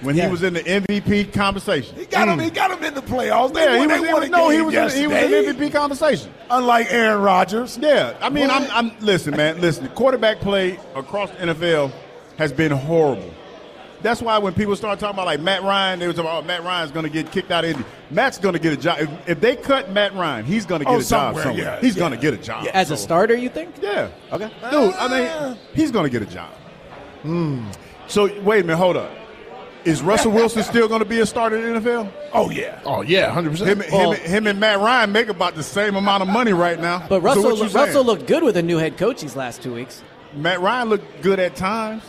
Speaker 5: when
Speaker 4: Yeah.
Speaker 5: he was in the MVP conversation.
Speaker 3: He got him. He got him in the playoffs. They
Speaker 5: Yeah, he
Speaker 3: won,
Speaker 5: was,
Speaker 3: they
Speaker 5: in-
Speaker 3: won a
Speaker 5: no, he
Speaker 3: game
Speaker 5: was in, he was in
Speaker 3: yesterday.
Speaker 5: MVP conversation.
Speaker 3: Unlike Aaron Rodgers,
Speaker 5: Yeah, I mean, I'm,
Speaker 3: What?
Speaker 5: I'm listen, man, listen. Quarterback play across the NFL has been horrible. That's why when people start talking about like Matt Ryan, they were talking about oh, Matt Ryan's going to get kicked out of Indy. Matt's going to get a job if, if they cut Matt Ryan. He's going to get
Speaker 3: Oh,
Speaker 5: a job
Speaker 3: somewhere,
Speaker 5: somewhere.
Speaker 3: yeah,
Speaker 5: he's
Speaker 3: yeah.
Speaker 5: going to get a job
Speaker 4: As a
Speaker 5: somewhere.
Speaker 4: starter, you think?
Speaker 5: Yeah. Okay.
Speaker 6: Ah.
Speaker 5: Dude, I mean, he's going to get a job. Hmm. So wait a minute, hold up. Is Russell Wilson still going to be a starter in the NFL?
Speaker 3: oh yeah,
Speaker 6: Oh, yeah, 100%.
Speaker 5: Him, him-
Speaker 4: Well-
Speaker 5: him, and Matt Ryan make about the same amount of money right now.
Speaker 4: But
Speaker 5: So
Speaker 4: Russell,
Speaker 5: what you saying?
Speaker 4: Russell looked good with a new head coach these last two weeks.
Speaker 5: Matt Ryan looked good at times.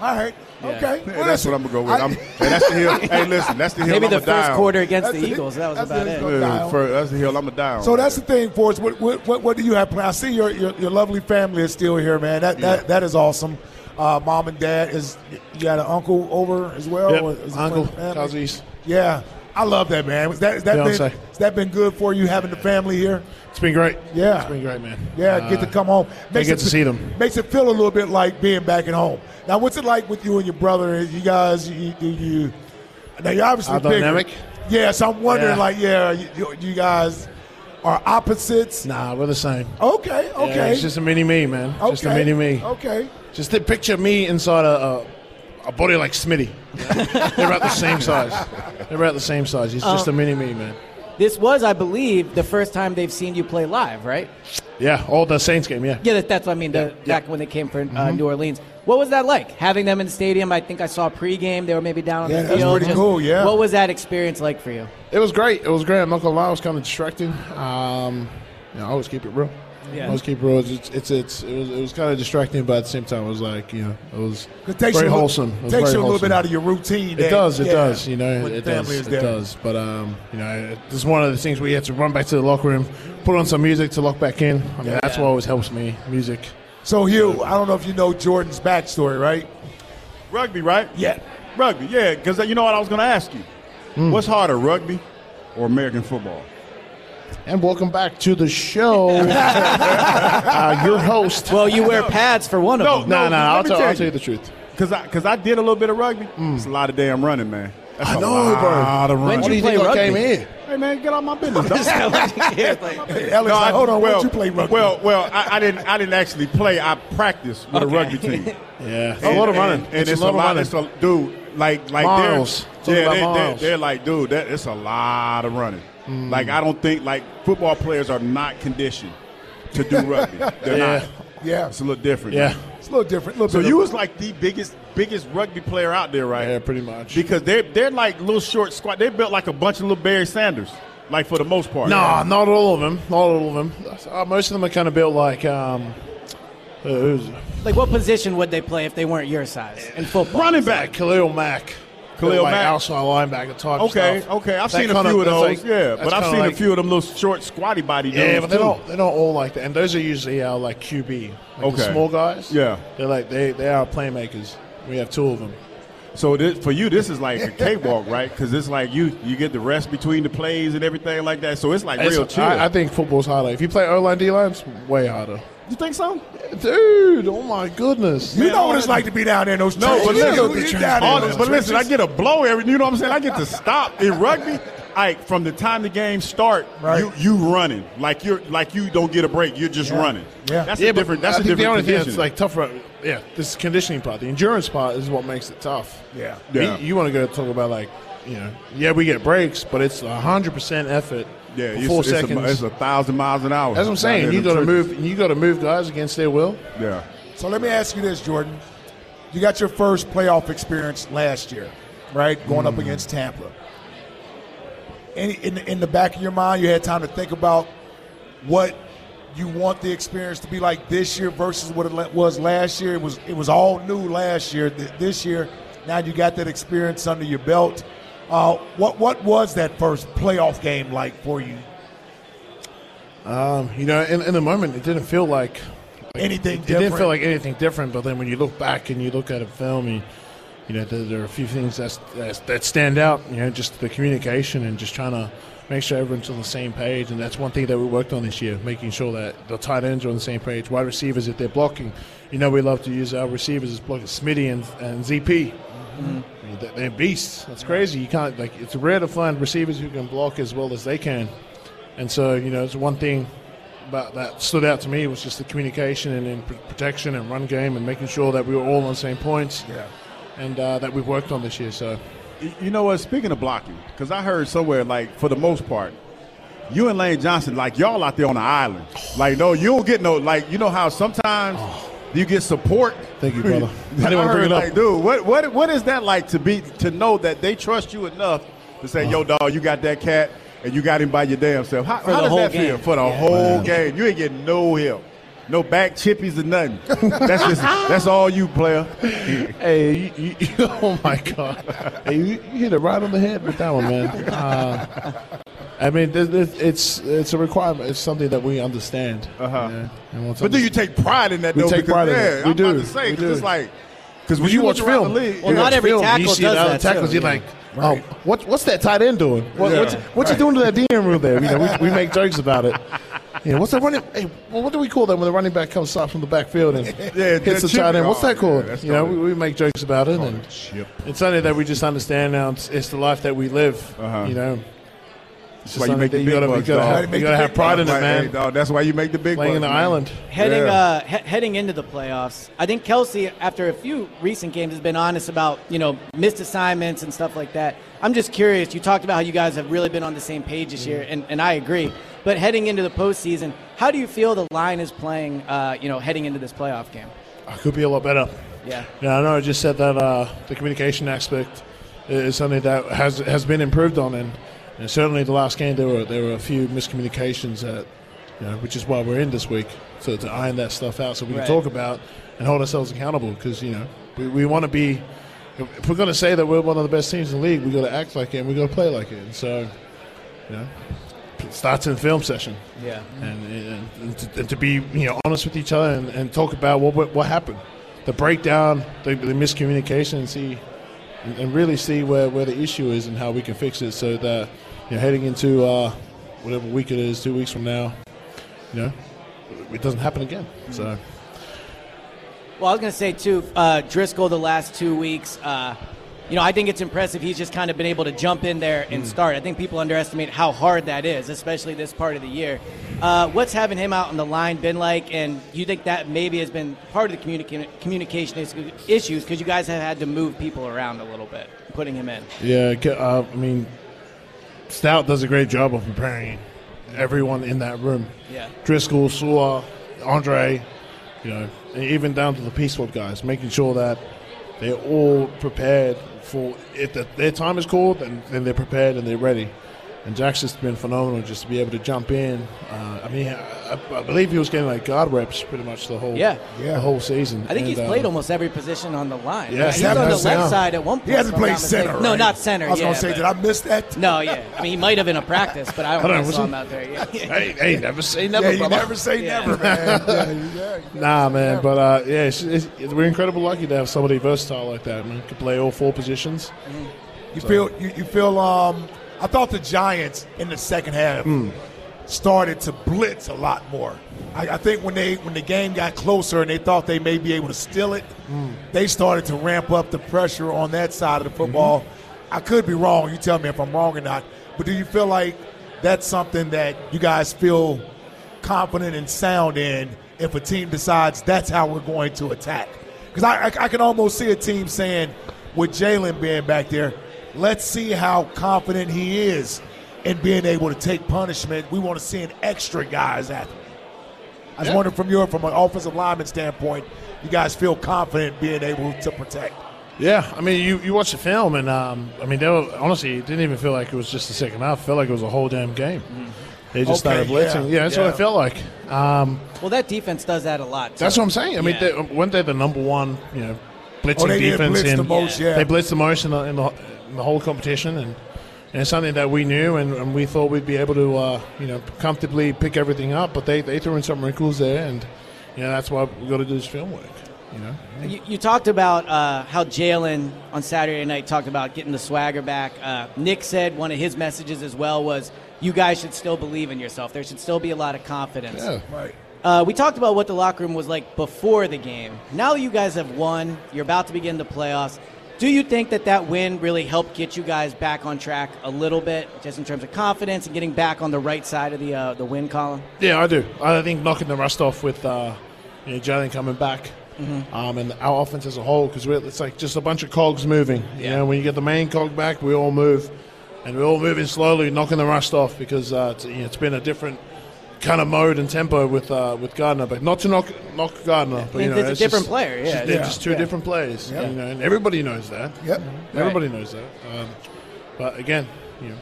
Speaker 3: all right, okay.
Speaker 5: Yeah,
Speaker 3: Well,
Speaker 5: that's
Speaker 3: listen,
Speaker 5: what I'm gonna go with.
Speaker 3: I-
Speaker 5: I'm, hey, that's the hill. Hey, listen, that's the hill.
Speaker 4: Maybe
Speaker 5: I'm
Speaker 4: the first quarter against
Speaker 3: That's
Speaker 4: the
Speaker 3: it.
Speaker 4: Eagles. That was
Speaker 3: That's
Speaker 4: about
Speaker 3: it.
Speaker 4: it.
Speaker 5: Yeah, first, that's the hill. I'm a die on.
Speaker 3: So that's the
Speaker 5: right
Speaker 3: thing, Forrest. What what, what, what do you have planned? I see your, your your lovely family is still here, man. That that, that is awesome. Uh, Mom and Dad is you had an uncle over as well.
Speaker 6: Oh, Yep,
Speaker 3: Or is it
Speaker 6: uncle,
Speaker 3: family?
Speaker 6: Kyle's East.
Speaker 3: Yeah, I love that man. Is that is that been,
Speaker 6: Fiance.
Speaker 3: has that been good for you having the family here?
Speaker 6: It's been great.
Speaker 3: Yeah.
Speaker 6: It's been great, man.
Speaker 3: Yeah,
Speaker 6: Uh,
Speaker 3: get to come home.
Speaker 6: get
Speaker 3: it
Speaker 6: to
Speaker 3: fe-
Speaker 6: see them.
Speaker 3: Makes it feel a little bit like being back at home. Now, what's it like with you and your brother? You guys, you do you? Now you're obviously
Speaker 6: Our
Speaker 3: bigger.
Speaker 6: dynamic?
Speaker 3: Yeah, so I'm wondering,
Speaker 6: Yeah.
Speaker 3: like, yeah, you, you- you guys are opposites.
Speaker 6: Nah, we're the same.
Speaker 3: Okay,
Speaker 6: Yeah,
Speaker 3: okay,
Speaker 6: it's just a mini me, man.
Speaker 3: okay,
Speaker 6: Just a mini me.
Speaker 3: Okay,
Speaker 6: Just to picture me inside a, a, a body like Smitty. They're about the same size. They're about the same size. It's
Speaker 3: Uh.
Speaker 6: just a mini me, man.
Speaker 4: This was, I believe, the first time they've seen you play live, right?
Speaker 6: Yeah, all the Saints game, yeah.
Speaker 4: Yeah, that, that's what I mean. The,
Speaker 6: yeah.
Speaker 4: Back when they came for uh, New Orleans, what was that like? Having them in the stadium, I think I saw pregame. They were maybe down on
Speaker 3: Yeah,
Speaker 4: the
Speaker 3: that's
Speaker 4: field.
Speaker 3: pretty cool, yeah.
Speaker 4: What was that experience like for you?
Speaker 6: It was great. It was great. I'm not gonna lie, it was kind of distracting. Um, you know, I always keep it real.
Speaker 4: Yeah.
Speaker 6: I always keep it real. It's, it's, it's it was it was kind of distracting, but at the same time, it was like you know, it was
Speaker 3: it takes
Speaker 6: very
Speaker 3: you a little-
Speaker 6: wholesome. It was
Speaker 3: takes
Speaker 6: very
Speaker 3: you a little bit
Speaker 6: wholesome.
Speaker 3: out of your routine.
Speaker 6: It
Speaker 3: that-
Speaker 6: does. It
Speaker 3: yeah,
Speaker 6: does. You know,
Speaker 3: when
Speaker 6: it
Speaker 3: family is
Speaker 6: does. It
Speaker 3: there.
Speaker 6: does. But um, you know, it- this is one of the things we had to run back to the locker room, put on some music to lock back in. I mean, that's what always helps me. Music.
Speaker 3: So Hugh, I don't know if you know Jordan's backstory, right?
Speaker 5: Rugby, right?
Speaker 3: Yeah.
Speaker 5: Rugby, yeah. Because you know what I was going to ask you.
Speaker 3: Hmm.
Speaker 5: What's harder, rugby or American football?
Speaker 6: And welcome back to the show. uh, your host.
Speaker 4: Well, you wear pads for one of
Speaker 5: No,
Speaker 4: them.
Speaker 6: no, no.
Speaker 5: let
Speaker 6: I'll,
Speaker 5: me
Speaker 6: tell,
Speaker 5: tell
Speaker 6: I'll
Speaker 5: you.
Speaker 6: tell you the truth.
Speaker 5: Because I because I did a little bit of rugby.
Speaker 3: Mm.
Speaker 5: It's a lot of damn running, man. That's
Speaker 6: I
Speaker 5: a
Speaker 6: know, bro.
Speaker 5: lot of running.
Speaker 4: When'd
Speaker 6: What do you
Speaker 4: play
Speaker 6: think I
Speaker 4: rugby?
Speaker 6: came here?
Speaker 5: Hey man, get out my business. dog.
Speaker 3: Alex, like, hold on, where'd you play rugby?
Speaker 5: Well, well, I, I didn't. I didn't actually play. I practiced with a ruggy team.
Speaker 6: Yeah,
Speaker 5: And- and, and it's, a lot of running. dude, like like
Speaker 6: Miles. It's all
Speaker 5: They're, yeah,
Speaker 6: about
Speaker 5: they, are
Speaker 6: miles.
Speaker 5: they're like, dude, that it's a lot of running. Like I don't think like football players are not conditioned to do rugby. They're
Speaker 6: Yeah.
Speaker 5: not.
Speaker 3: Yeah,
Speaker 5: It's a little different.
Speaker 6: Yeah.
Speaker 3: it's a little different. Little
Speaker 5: So
Speaker 3: bit
Speaker 5: you
Speaker 3: of-
Speaker 5: was like the biggest biggest rugby player out there, right?
Speaker 6: Yeah, pretty much.
Speaker 5: Because they're they're like little short squat. They built like a bunch of little Barry Sanders, like for the most part.
Speaker 6: No, not all of them. Not all of them. Uh, most of them are kind of built like um, uh, who's
Speaker 4: Like, what position would they play if they weren't your size in football?
Speaker 5: running
Speaker 6: like
Speaker 5: back.
Speaker 6: Khalil Mack.
Speaker 5: Khalil
Speaker 6: They're like
Speaker 5: Mack.
Speaker 6: outside linebacker type.
Speaker 5: Okay,
Speaker 6: stuff.
Speaker 5: okay. I've
Speaker 6: That
Speaker 5: seen a
Speaker 6: kinda-
Speaker 5: few of
Speaker 6: that's
Speaker 5: those.
Speaker 6: like-
Speaker 5: yeah,
Speaker 6: that's
Speaker 5: but I've
Speaker 6: kinda
Speaker 5: seen
Speaker 6: like-
Speaker 5: a few of them little short, squatty body dudes.
Speaker 6: Yeah, but they're
Speaker 5: too.
Speaker 6: not they're not all like that. And those are usually our like QB, like the
Speaker 5: Okay.
Speaker 6: small guys.
Speaker 5: Yeah.
Speaker 6: they're like they they are playmakers. We have two of them.
Speaker 5: So this, for you, this is like a cakewalk, right? Because it's like you you get the rest between the plays and everything like that. So it's like
Speaker 6: It's-
Speaker 5: real chill.
Speaker 6: I, I think football's harder. If you play O line D line, it's way harder.
Speaker 5: you think so?
Speaker 6: Dude, oh my goodness.
Speaker 3: you know what it's like to be down there in those
Speaker 5: No, but
Speaker 3: trenches.
Speaker 5: listen,
Speaker 3: You- you down there in
Speaker 5: all
Speaker 3: those
Speaker 5: this- but
Speaker 3: trenches.
Speaker 5: listen, I get a blow every. You know what I'm saying? I get to stop in rugby. Like from the time the game start,
Speaker 3: Right.
Speaker 5: you you running like you're like you don't get a break. You're just running.
Speaker 3: Yeah.
Speaker 5: that's
Speaker 6: yeah,
Speaker 5: a
Speaker 6: but
Speaker 5: different. That's
Speaker 6: I
Speaker 5: a different
Speaker 6: think the only thing that's
Speaker 5: condition.
Speaker 6: like tougher. Yeah, this conditioning part, the endurance part, is what makes it tough.
Speaker 3: Yeah.
Speaker 6: Me-
Speaker 5: Yeah.
Speaker 6: you want to go talk about like, you know, yeah, we get breaks, but it's hundred percent effort.
Speaker 5: yeah,
Speaker 6: for
Speaker 5: it's,
Speaker 6: four
Speaker 5: it's a-
Speaker 6: seconds.
Speaker 5: it's a thousand miles an hour.
Speaker 6: that's what I'm saying.
Speaker 5: Down
Speaker 6: You
Speaker 5: there
Speaker 6: got to
Speaker 5: in the trenches.
Speaker 6: move. You got to move guys against their will.
Speaker 5: Yeah.
Speaker 3: So let me ask you this, Jordan. You got your
Speaker 6: Mm-hmm.
Speaker 3: first playoff experience last year, right? Going up against Tampa. any, in, in the back of your mind, you had time to think about what you want the experience to be like this year versus what it le- was last year. It was it was all new last year. Th- This year, now you got that experience under your belt. Uh, what what was that first playoff game like for you?
Speaker 6: Um, you know, in, in the moment, it didn't feel like, like-
Speaker 3: Anything
Speaker 6: It, didn't
Speaker 3: different.
Speaker 6: feel like anything different. But then when you look back and you look at a film, you, you know, there, there are a few things that's, that's, that stand out. You know, just the communication and just trying to make sure everyone's on the same page. And that's one thing that we worked on this year, making sure that the tight ends are on the same page, wide receivers if they're blocking. You know, we love to use our receivers as blocking Smitty and, and ZP. I
Speaker 3: Mm-hmm.
Speaker 6: mean, they- They're beasts. That's crazy. You can't like. It's rare to find receivers who can block as well as they can. And so, you know, it's one thing about that stood out to me was just the communication and, and pr- protection and run game and making sure that we were all on the same points. Yeah. And uh, that we've worked on this year. So,
Speaker 5: Y- You know what? Speaking of blocking, because I heard somewhere like for the most part, you and Lane Johnson, like y'all out there on the island, like no, you don't get no like you know how sometimes you get support.
Speaker 6: Thank you, brother. I
Speaker 5: I,
Speaker 6: didn't wanna bring
Speaker 5: heard,
Speaker 6: it up.
Speaker 5: like, dude, what what what is that like to be to know that they trust you enough to say, yo, dog, you got that cat and you got him by your damn self. How,
Speaker 4: For
Speaker 5: how
Speaker 4: the
Speaker 5: does
Speaker 4: whole
Speaker 5: that feel
Speaker 4: game.
Speaker 5: for the
Speaker 4: Yeah.
Speaker 5: whole game? You ain't getting no help. No back chippies or nothing. that's just that's all you player.
Speaker 6: hey, you, you, oh my God. hey, you, you hit it right on the head with that one, man. Uh, I mean, th- th- it's it's a requirement. It's something that we understand.
Speaker 5: Uh-huh.
Speaker 6: you know, and once
Speaker 5: But do you take pride in that?
Speaker 6: We
Speaker 5: though?
Speaker 6: take
Speaker 5: Because,
Speaker 6: pride in
Speaker 5: yeah,
Speaker 6: it. We
Speaker 5: I'm
Speaker 6: do.
Speaker 5: about to say
Speaker 6: We
Speaker 5: 'cause
Speaker 6: do.
Speaker 5: it's like because
Speaker 6: Because you, watch film,
Speaker 5: league,
Speaker 4: Well,
Speaker 6: You
Speaker 4: not
Speaker 6: watch
Speaker 4: every
Speaker 6: film,
Speaker 4: tackle
Speaker 6: you see
Speaker 4: does
Speaker 6: the other
Speaker 4: that,
Speaker 6: tackles,
Speaker 4: too,
Speaker 6: you're
Speaker 4: yeah.
Speaker 6: like, oh, what, what's that tight end doing? What, what's what's he doing to that DM room there? You know, we, we make jokes about it. You know, what's that running? Hey, well, what do we call that when the running back comes up from the backfield and
Speaker 5: Yeah,
Speaker 6: hits the
Speaker 5: the chip-
Speaker 6: tight end? What's that
Speaker 5: oh,
Speaker 6: called?
Speaker 5: yeah, that's
Speaker 6: you know, we,
Speaker 5: called-
Speaker 6: we make jokes about it,
Speaker 5: called
Speaker 6: and
Speaker 5: a chip.
Speaker 6: it's something that we just understand now. It's, it's the life that we live.
Speaker 5: Uh-huh.
Speaker 6: You know, it's
Speaker 5: That's why you make the big
Speaker 6: something that you gotta-
Speaker 5: bucks,
Speaker 6: you gotta
Speaker 5: dog.
Speaker 6: have- you gotta have pride in it,
Speaker 5: Right,
Speaker 6: man.
Speaker 5: hey, dog, that's why you make the big
Speaker 6: Playing
Speaker 5: bucks,
Speaker 6: in the
Speaker 5: man.
Speaker 6: island.
Speaker 4: Heading
Speaker 5: Yeah.
Speaker 4: uh, he- heading into the playoffs, I think Kelsey, after a few recent games, has been honest about you know missed assignments and stuff like that. I'm just curious. You talked about how you guys have really been on the same page this year, and, and I agree. But heading into the postseason, how do you feel the line is playing? Uh, you know, heading into this playoff game.
Speaker 6: I could be a lot better.
Speaker 4: Yeah.
Speaker 6: Yeah, I know. I just said that uh, the communication aspect i- is something that has has been improved on, and, and certainly the last game there were there were a few miscommunications that, you know, which is why we're in this week to, to iron that stuff out so we
Speaker 4: Right.
Speaker 6: can talk about and hold ourselves accountable because you know we, we want to be if we're going to say that we're one of the best teams in the league we got to act like it and we got to play like it and so you know it starts in film session
Speaker 4: Yeah.
Speaker 6: and, and, and, to, and to be you know honest with each other and, and talk about what, what what happened, the breakdown, the, the miscommunication, and see and, and really see where, where the issue is and how we can fix it. So that you know, heading into uh, whatever week it is, two weeks from now, you know, it doesn't happen again. So
Speaker 4: Well, I was going to say too, uh, Driscoll the last two weeks. Uh, you know, I think it's impressive. He's just kind of been able to jump in there
Speaker 3: Mm.
Speaker 4: and start. I think people underestimate how hard that is, especially this part of the year. Uh, what's having him out on the line been like? And you think that maybe has been part of the communica- communication is- issues because you guys have had to move people around a little bit, putting him in.
Speaker 6: yeah, ca- uh, I mean, Stout does a great job of preparing everyone in that room.
Speaker 4: Yeah.
Speaker 6: Driscoll, Sua, Andre, you know, and even down to the Peace Corps guys, making sure that they're all prepared for if the, their time is called, then, then they're prepared and they're ready. And Jack's just been phenomenal just to be able to jump in. Uh, I mean, I, I believe he was getting like guard reps pretty much the whole
Speaker 4: Yeah.
Speaker 6: the whole season.
Speaker 4: I think he's
Speaker 6: And, uh,
Speaker 4: played almost every position on the line.
Speaker 6: Yeah,
Speaker 4: he's
Speaker 6: he
Speaker 4: on the
Speaker 6: has
Speaker 4: left
Speaker 6: now.
Speaker 4: side at one point.
Speaker 3: He hasn't
Speaker 4: if I'm
Speaker 3: played
Speaker 4: not mistaken.
Speaker 3: center.
Speaker 4: No,
Speaker 3: right?
Speaker 4: not center.
Speaker 3: I was
Speaker 4: yeah,
Speaker 3: gonna say,
Speaker 4: but-
Speaker 3: did I miss that?
Speaker 4: No, yeah. I mean, he might have in a practice, but I don't,
Speaker 6: I don't
Speaker 4: know.
Speaker 6: know,
Speaker 4: I saw
Speaker 6: was
Speaker 4: him out there. Yeah.
Speaker 6: Hey, hey, never say
Speaker 3: Yeah,
Speaker 6: never,
Speaker 3: you
Speaker 6: brother.
Speaker 3: never say
Speaker 4: Yeah.
Speaker 3: never, man. Yeah, you- yeah, you never
Speaker 6: Nah,
Speaker 3: say
Speaker 6: man,
Speaker 3: never.
Speaker 6: but uh, yeah, it's, it's, we're incredibly lucky to have somebody versatile like that. Man, could play all four positions.
Speaker 3: You feel you, you feel um I thought the Giants in the second half started to blitz a lot more. I, I think when they when the game got closer and they thought they may be able to steal it, they started to ramp up the pressure on that side of the football. I could be wrong, you tell me if I'm wrong or not, but do you feel like that's something that you guys feel confident and sound in if a team decides that's how we're going to attack. Because I, I, I can almost see a team saying, with Jalen being back there, let's see how confident he is in being able to take punishment. We want to see an extra guys at him. I was wondering from your from an offensive lineman standpoint, you guys feel confident being able to protect.
Speaker 6: Yeah, I mean, you, you watch the film, and um, I mean, they were, honestly, it didn't even feel like it was just the second half. It felt like it was a whole damn game. They just
Speaker 3: Mm-hmm. Okay,
Speaker 6: started blitzing.
Speaker 3: yeah,
Speaker 6: Yeah, that's
Speaker 3: yeah.
Speaker 6: what it felt like. Um,
Speaker 4: Well, that defense does that a lot. too.
Speaker 6: that's what I'm saying. I mean,
Speaker 4: Yeah.
Speaker 6: they, um, weren't they the number one, you know, blitzing
Speaker 3: Oh, they did
Speaker 6: defense?
Speaker 3: blitz
Speaker 6: in,
Speaker 3: the most, yeah.
Speaker 6: They blitzed the most in the, in the, in the whole competition, and, and it's something that we knew, and, and we thought we'd be able to, uh, you know, comfortably pick everything up, but they, they threw in some wrinkles there, and, you know, that's why we've got to do this film work, you know?
Speaker 4: You, you talked about uh, how Jalen on Saturday night talked about getting the swagger back. Uh, Nick said one of his messages as well was, "You guys should still believe in yourself. There should still be a lot of confidence."
Speaker 6: Yeah.
Speaker 3: Right.
Speaker 4: Uh, we talked about what the locker room was like before the game. Now that you guys have won, you're about to begin the playoffs. Do you think that that win really helped get you guys back on track a little bit, just in terms of confidence and getting back on the right side of the uh, the win column?
Speaker 6: Yeah, I do. I think knocking the rust off with uh, you know, Jalen coming back
Speaker 4: Mm-hmm.
Speaker 6: um, and our offense as a whole, because it's like just a bunch of cogs moving. You know, when you get the main cog back, we all move. And we're all moving slowly, knocking the rust off because uh, it's, you know, it's been a different kind of mode and tempo with uh, with Gardner. But not to knock knock Gardner. but,
Speaker 4: I mean,
Speaker 6: you know,
Speaker 4: it's a different
Speaker 6: just-
Speaker 4: player, yeah,
Speaker 6: just- they're
Speaker 4: yeah,
Speaker 6: just two different players.
Speaker 3: Yep.
Speaker 6: You know, and everybody knows that.
Speaker 3: Yep.
Speaker 6: Everybody knows that. Um, but again, you know,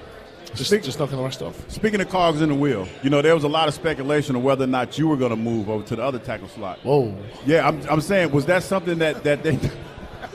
Speaker 6: just,
Speaker 5: Speak-
Speaker 6: just knocking the rust off.
Speaker 5: Speaking of cogs in the wheel, you know, there was a lot of speculation of whether or not you were going to move over to the other tackle slot.
Speaker 6: Whoa.
Speaker 5: Yeah, I'm, I'm saying, was that something that, that they.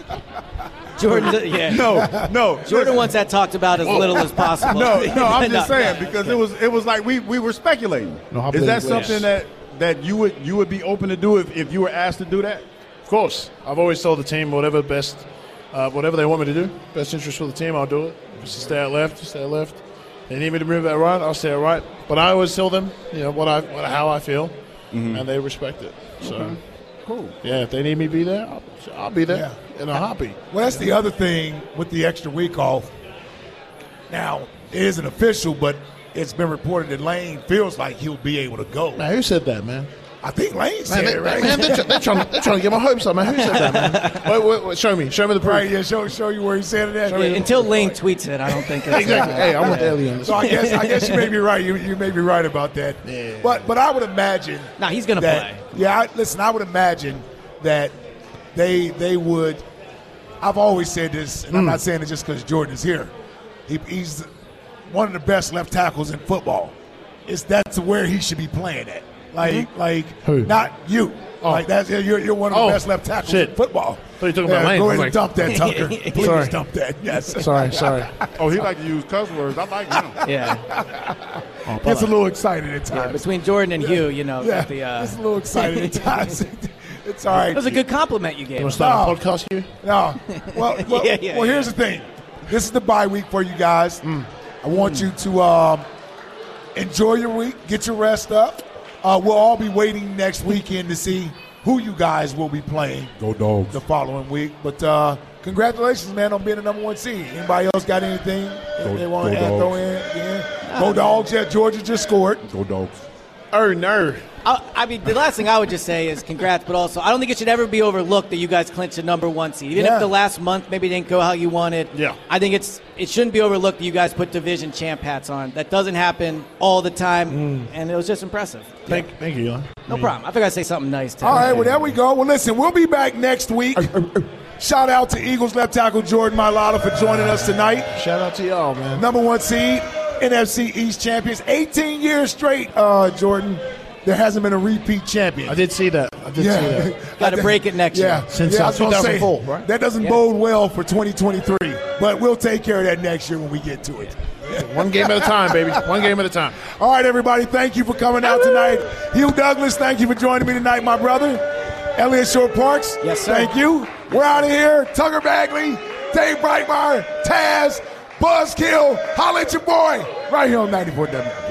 Speaker 4: Jordan, yeah.
Speaker 5: No, no.
Speaker 4: Jordan wants that talked about as little as possible.
Speaker 5: No, no, I'm just
Speaker 4: No, no,
Speaker 5: saying
Speaker 4: no,
Speaker 5: because
Speaker 4: okay.
Speaker 5: it was it was like we, we were speculating.
Speaker 6: No, I
Speaker 5: Is that
Speaker 6: believe-
Speaker 5: something that, that you would you would be open to do if, if you were asked to do that?
Speaker 6: Of course, I've always told the team whatever best, uh, whatever they want me to do, best interest for the team, I'll do it. Just to stay out left, stay out left. They need me to move that right, I'll stay out right. But I always tell them, you know, what I, what, how I feel, and they respect it. So,
Speaker 3: Cool.
Speaker 6: yeah, if they need me to be there, I'll, I'll be there
Speaker 3: Yeah.
Speaker 6: in a heartbeat.
Speaker 3: Well, that's the other thing with the extra week off. Now, it isn't official, but it's been reported that Lane feels like he'll be able to go.
Speaker 6: Now, who said that, man?
Speaker 3: I think Lane
Speaker 6: Man,
Speaker 3: said
Speaker 6: they,
Speaker 3: it, right?
Speaker 6: man they're, tr- they're trying, they're trying to get my hopes up, man. Who said that, man? Wait, wait, wait, show me, show me the proof.
Speaker 3: right, yeah, show, show you where he said it at.
Speaker 4: Yeah, until Lane tweets it, I don't think it's
Speaker 6: Exactly. Hey, I'm an alien.
Speaker 3: So I guess I guess you may be right. You, you may be right about that.
Speaker 6: Yeah.
Speaker 3: But but I would imagine.
Speaker 4: Nah, he's gonna
Speaker 3: that-
Speaker 4: play.
Speaker 3: Yeah, I, listen, I would imagine that they they would. I've always said this, and I'm
Speaker 6: Hmm.
Speaker 3: not saying it just because Jordan is here. He, he's one of the best left tackles in football. It's that's where he should be playing at. Like like
Speaker 6: Mm-hmm. Who?
Speaker 3: not you. Like that's you're, you're one of the
Speaker 6: Oh,
Speaker 3: best left tackles
Speaker 6: shit.
Speaker 3: in football.
Speaker 6: thought you were talking about Lane.
Speaker 3: Go ahead
Speaker 6: I was
Speaker 3: and
Speaker 6: like-
Speaker 3: dump that, Tucker. Please
Speaker 6: Sorry.
Speaker 3: dump that. Yes.
Speaker 6: Sorry, sorry.
Speaker 5: Oh, he like to use cuss words. I like him.
Speaker 4: Yeah.
Speaker 3: Gets a little excited at times.
Speaker 4: Between Jordan and Hugh, you know,
Speaker 3: Yeah,
Speaker 4: got the, uh,
Speaker 3: it's a little excited at times. it's all right.
Speaker 4: that was a good compliment you gave.
Speaker 6: You
Speaker 4: him.
Speaker 6: want to start a podcast, you?
Speaker 3: No, well, well,
Speaker 4: Yeah, yeah,
Speaker 3: well
Speaker 4: yeah. Mm.
Speaker 3: here's the thing. This is the bye week for you guys. I want you to um, enjoy your week, get your rest up. Uh, we'll all be waiting next weekend to see who you guys will be playing
Speaker 5: Go dogs.
Speaker 3: the following week. But uh, congratulations, man, on being the number one seed. Anybody else got anything
Speaker 5: Go-
Speaker 3: they want to
Speaker 5: go
Speaker 3: throw in? Yeah. Go dogs! Yeah, Georgia just scored.
Speaker 5: Go dogs.
Speaker 6: Oh, no.
Speaker 4: I, I mean, the last thing I would just say is congrats, but also I don't think it should ever be overlooked that you guys clinched the number one seed. Even
Speaker 3: Yeah.
Speaker 4: if the last month maybe didn't go how you wanted.
Speaker 6: Yeah.
Speaker 4: I think it's it shouldn't be overlooked that you guys put division champ hats on. That doesn't happen all the time, and it was just impressive.
Speaker 6: Thank, thank you, Elon.
Speaker 4: No problem. I figured I'd say something nice to
Speaker 3: All
Speaker 4: him.
Speaker 3: right, well, there we go. Well, listen, we'll be back next week.
Speaker 6: Uh,
Speaker 3: Shout out to Eagles left tackle Jordan Mailata for joining us tonight.
Speaker 6: Shout out to y'all, man.
Speaker 3: Number one seed, NFC East champions. 18 years straight, uh, Jordan. There hasn't been a repeat champion.
Speaker 6: I did see that. I did see that.
Speaker 4: Gotta break it next
Speaker 3: yeah.
Speaker 4: year.
Speaker 6: Since,
Speaker 3: yeah, I
Speaker 6: uh,
Speaker 3: was gonna
Speaker 6: 2004,
Speaker 3: say,
Speaker 6: right?
Speaker 3: That doesn't
Speaker 4: Yeah.
Speaker 3: bode well for 2023, but we'll take care of that next year when we get to it.
Speaker 6: One game at a time, baby. One game at a time.
Speaker 3: All right, everybody, thank you for coming out tonight. Hugh Douglas, thank you for joining me tonight, my brother. Elliot Short Parks,
Speaker 4: Yes, sir.
Speaker 3: Thank you. We're out of here. Tucker Bagley, Dave Brightmeyer, Taz, Buzzkill. Holla at your boy right here on 94 W.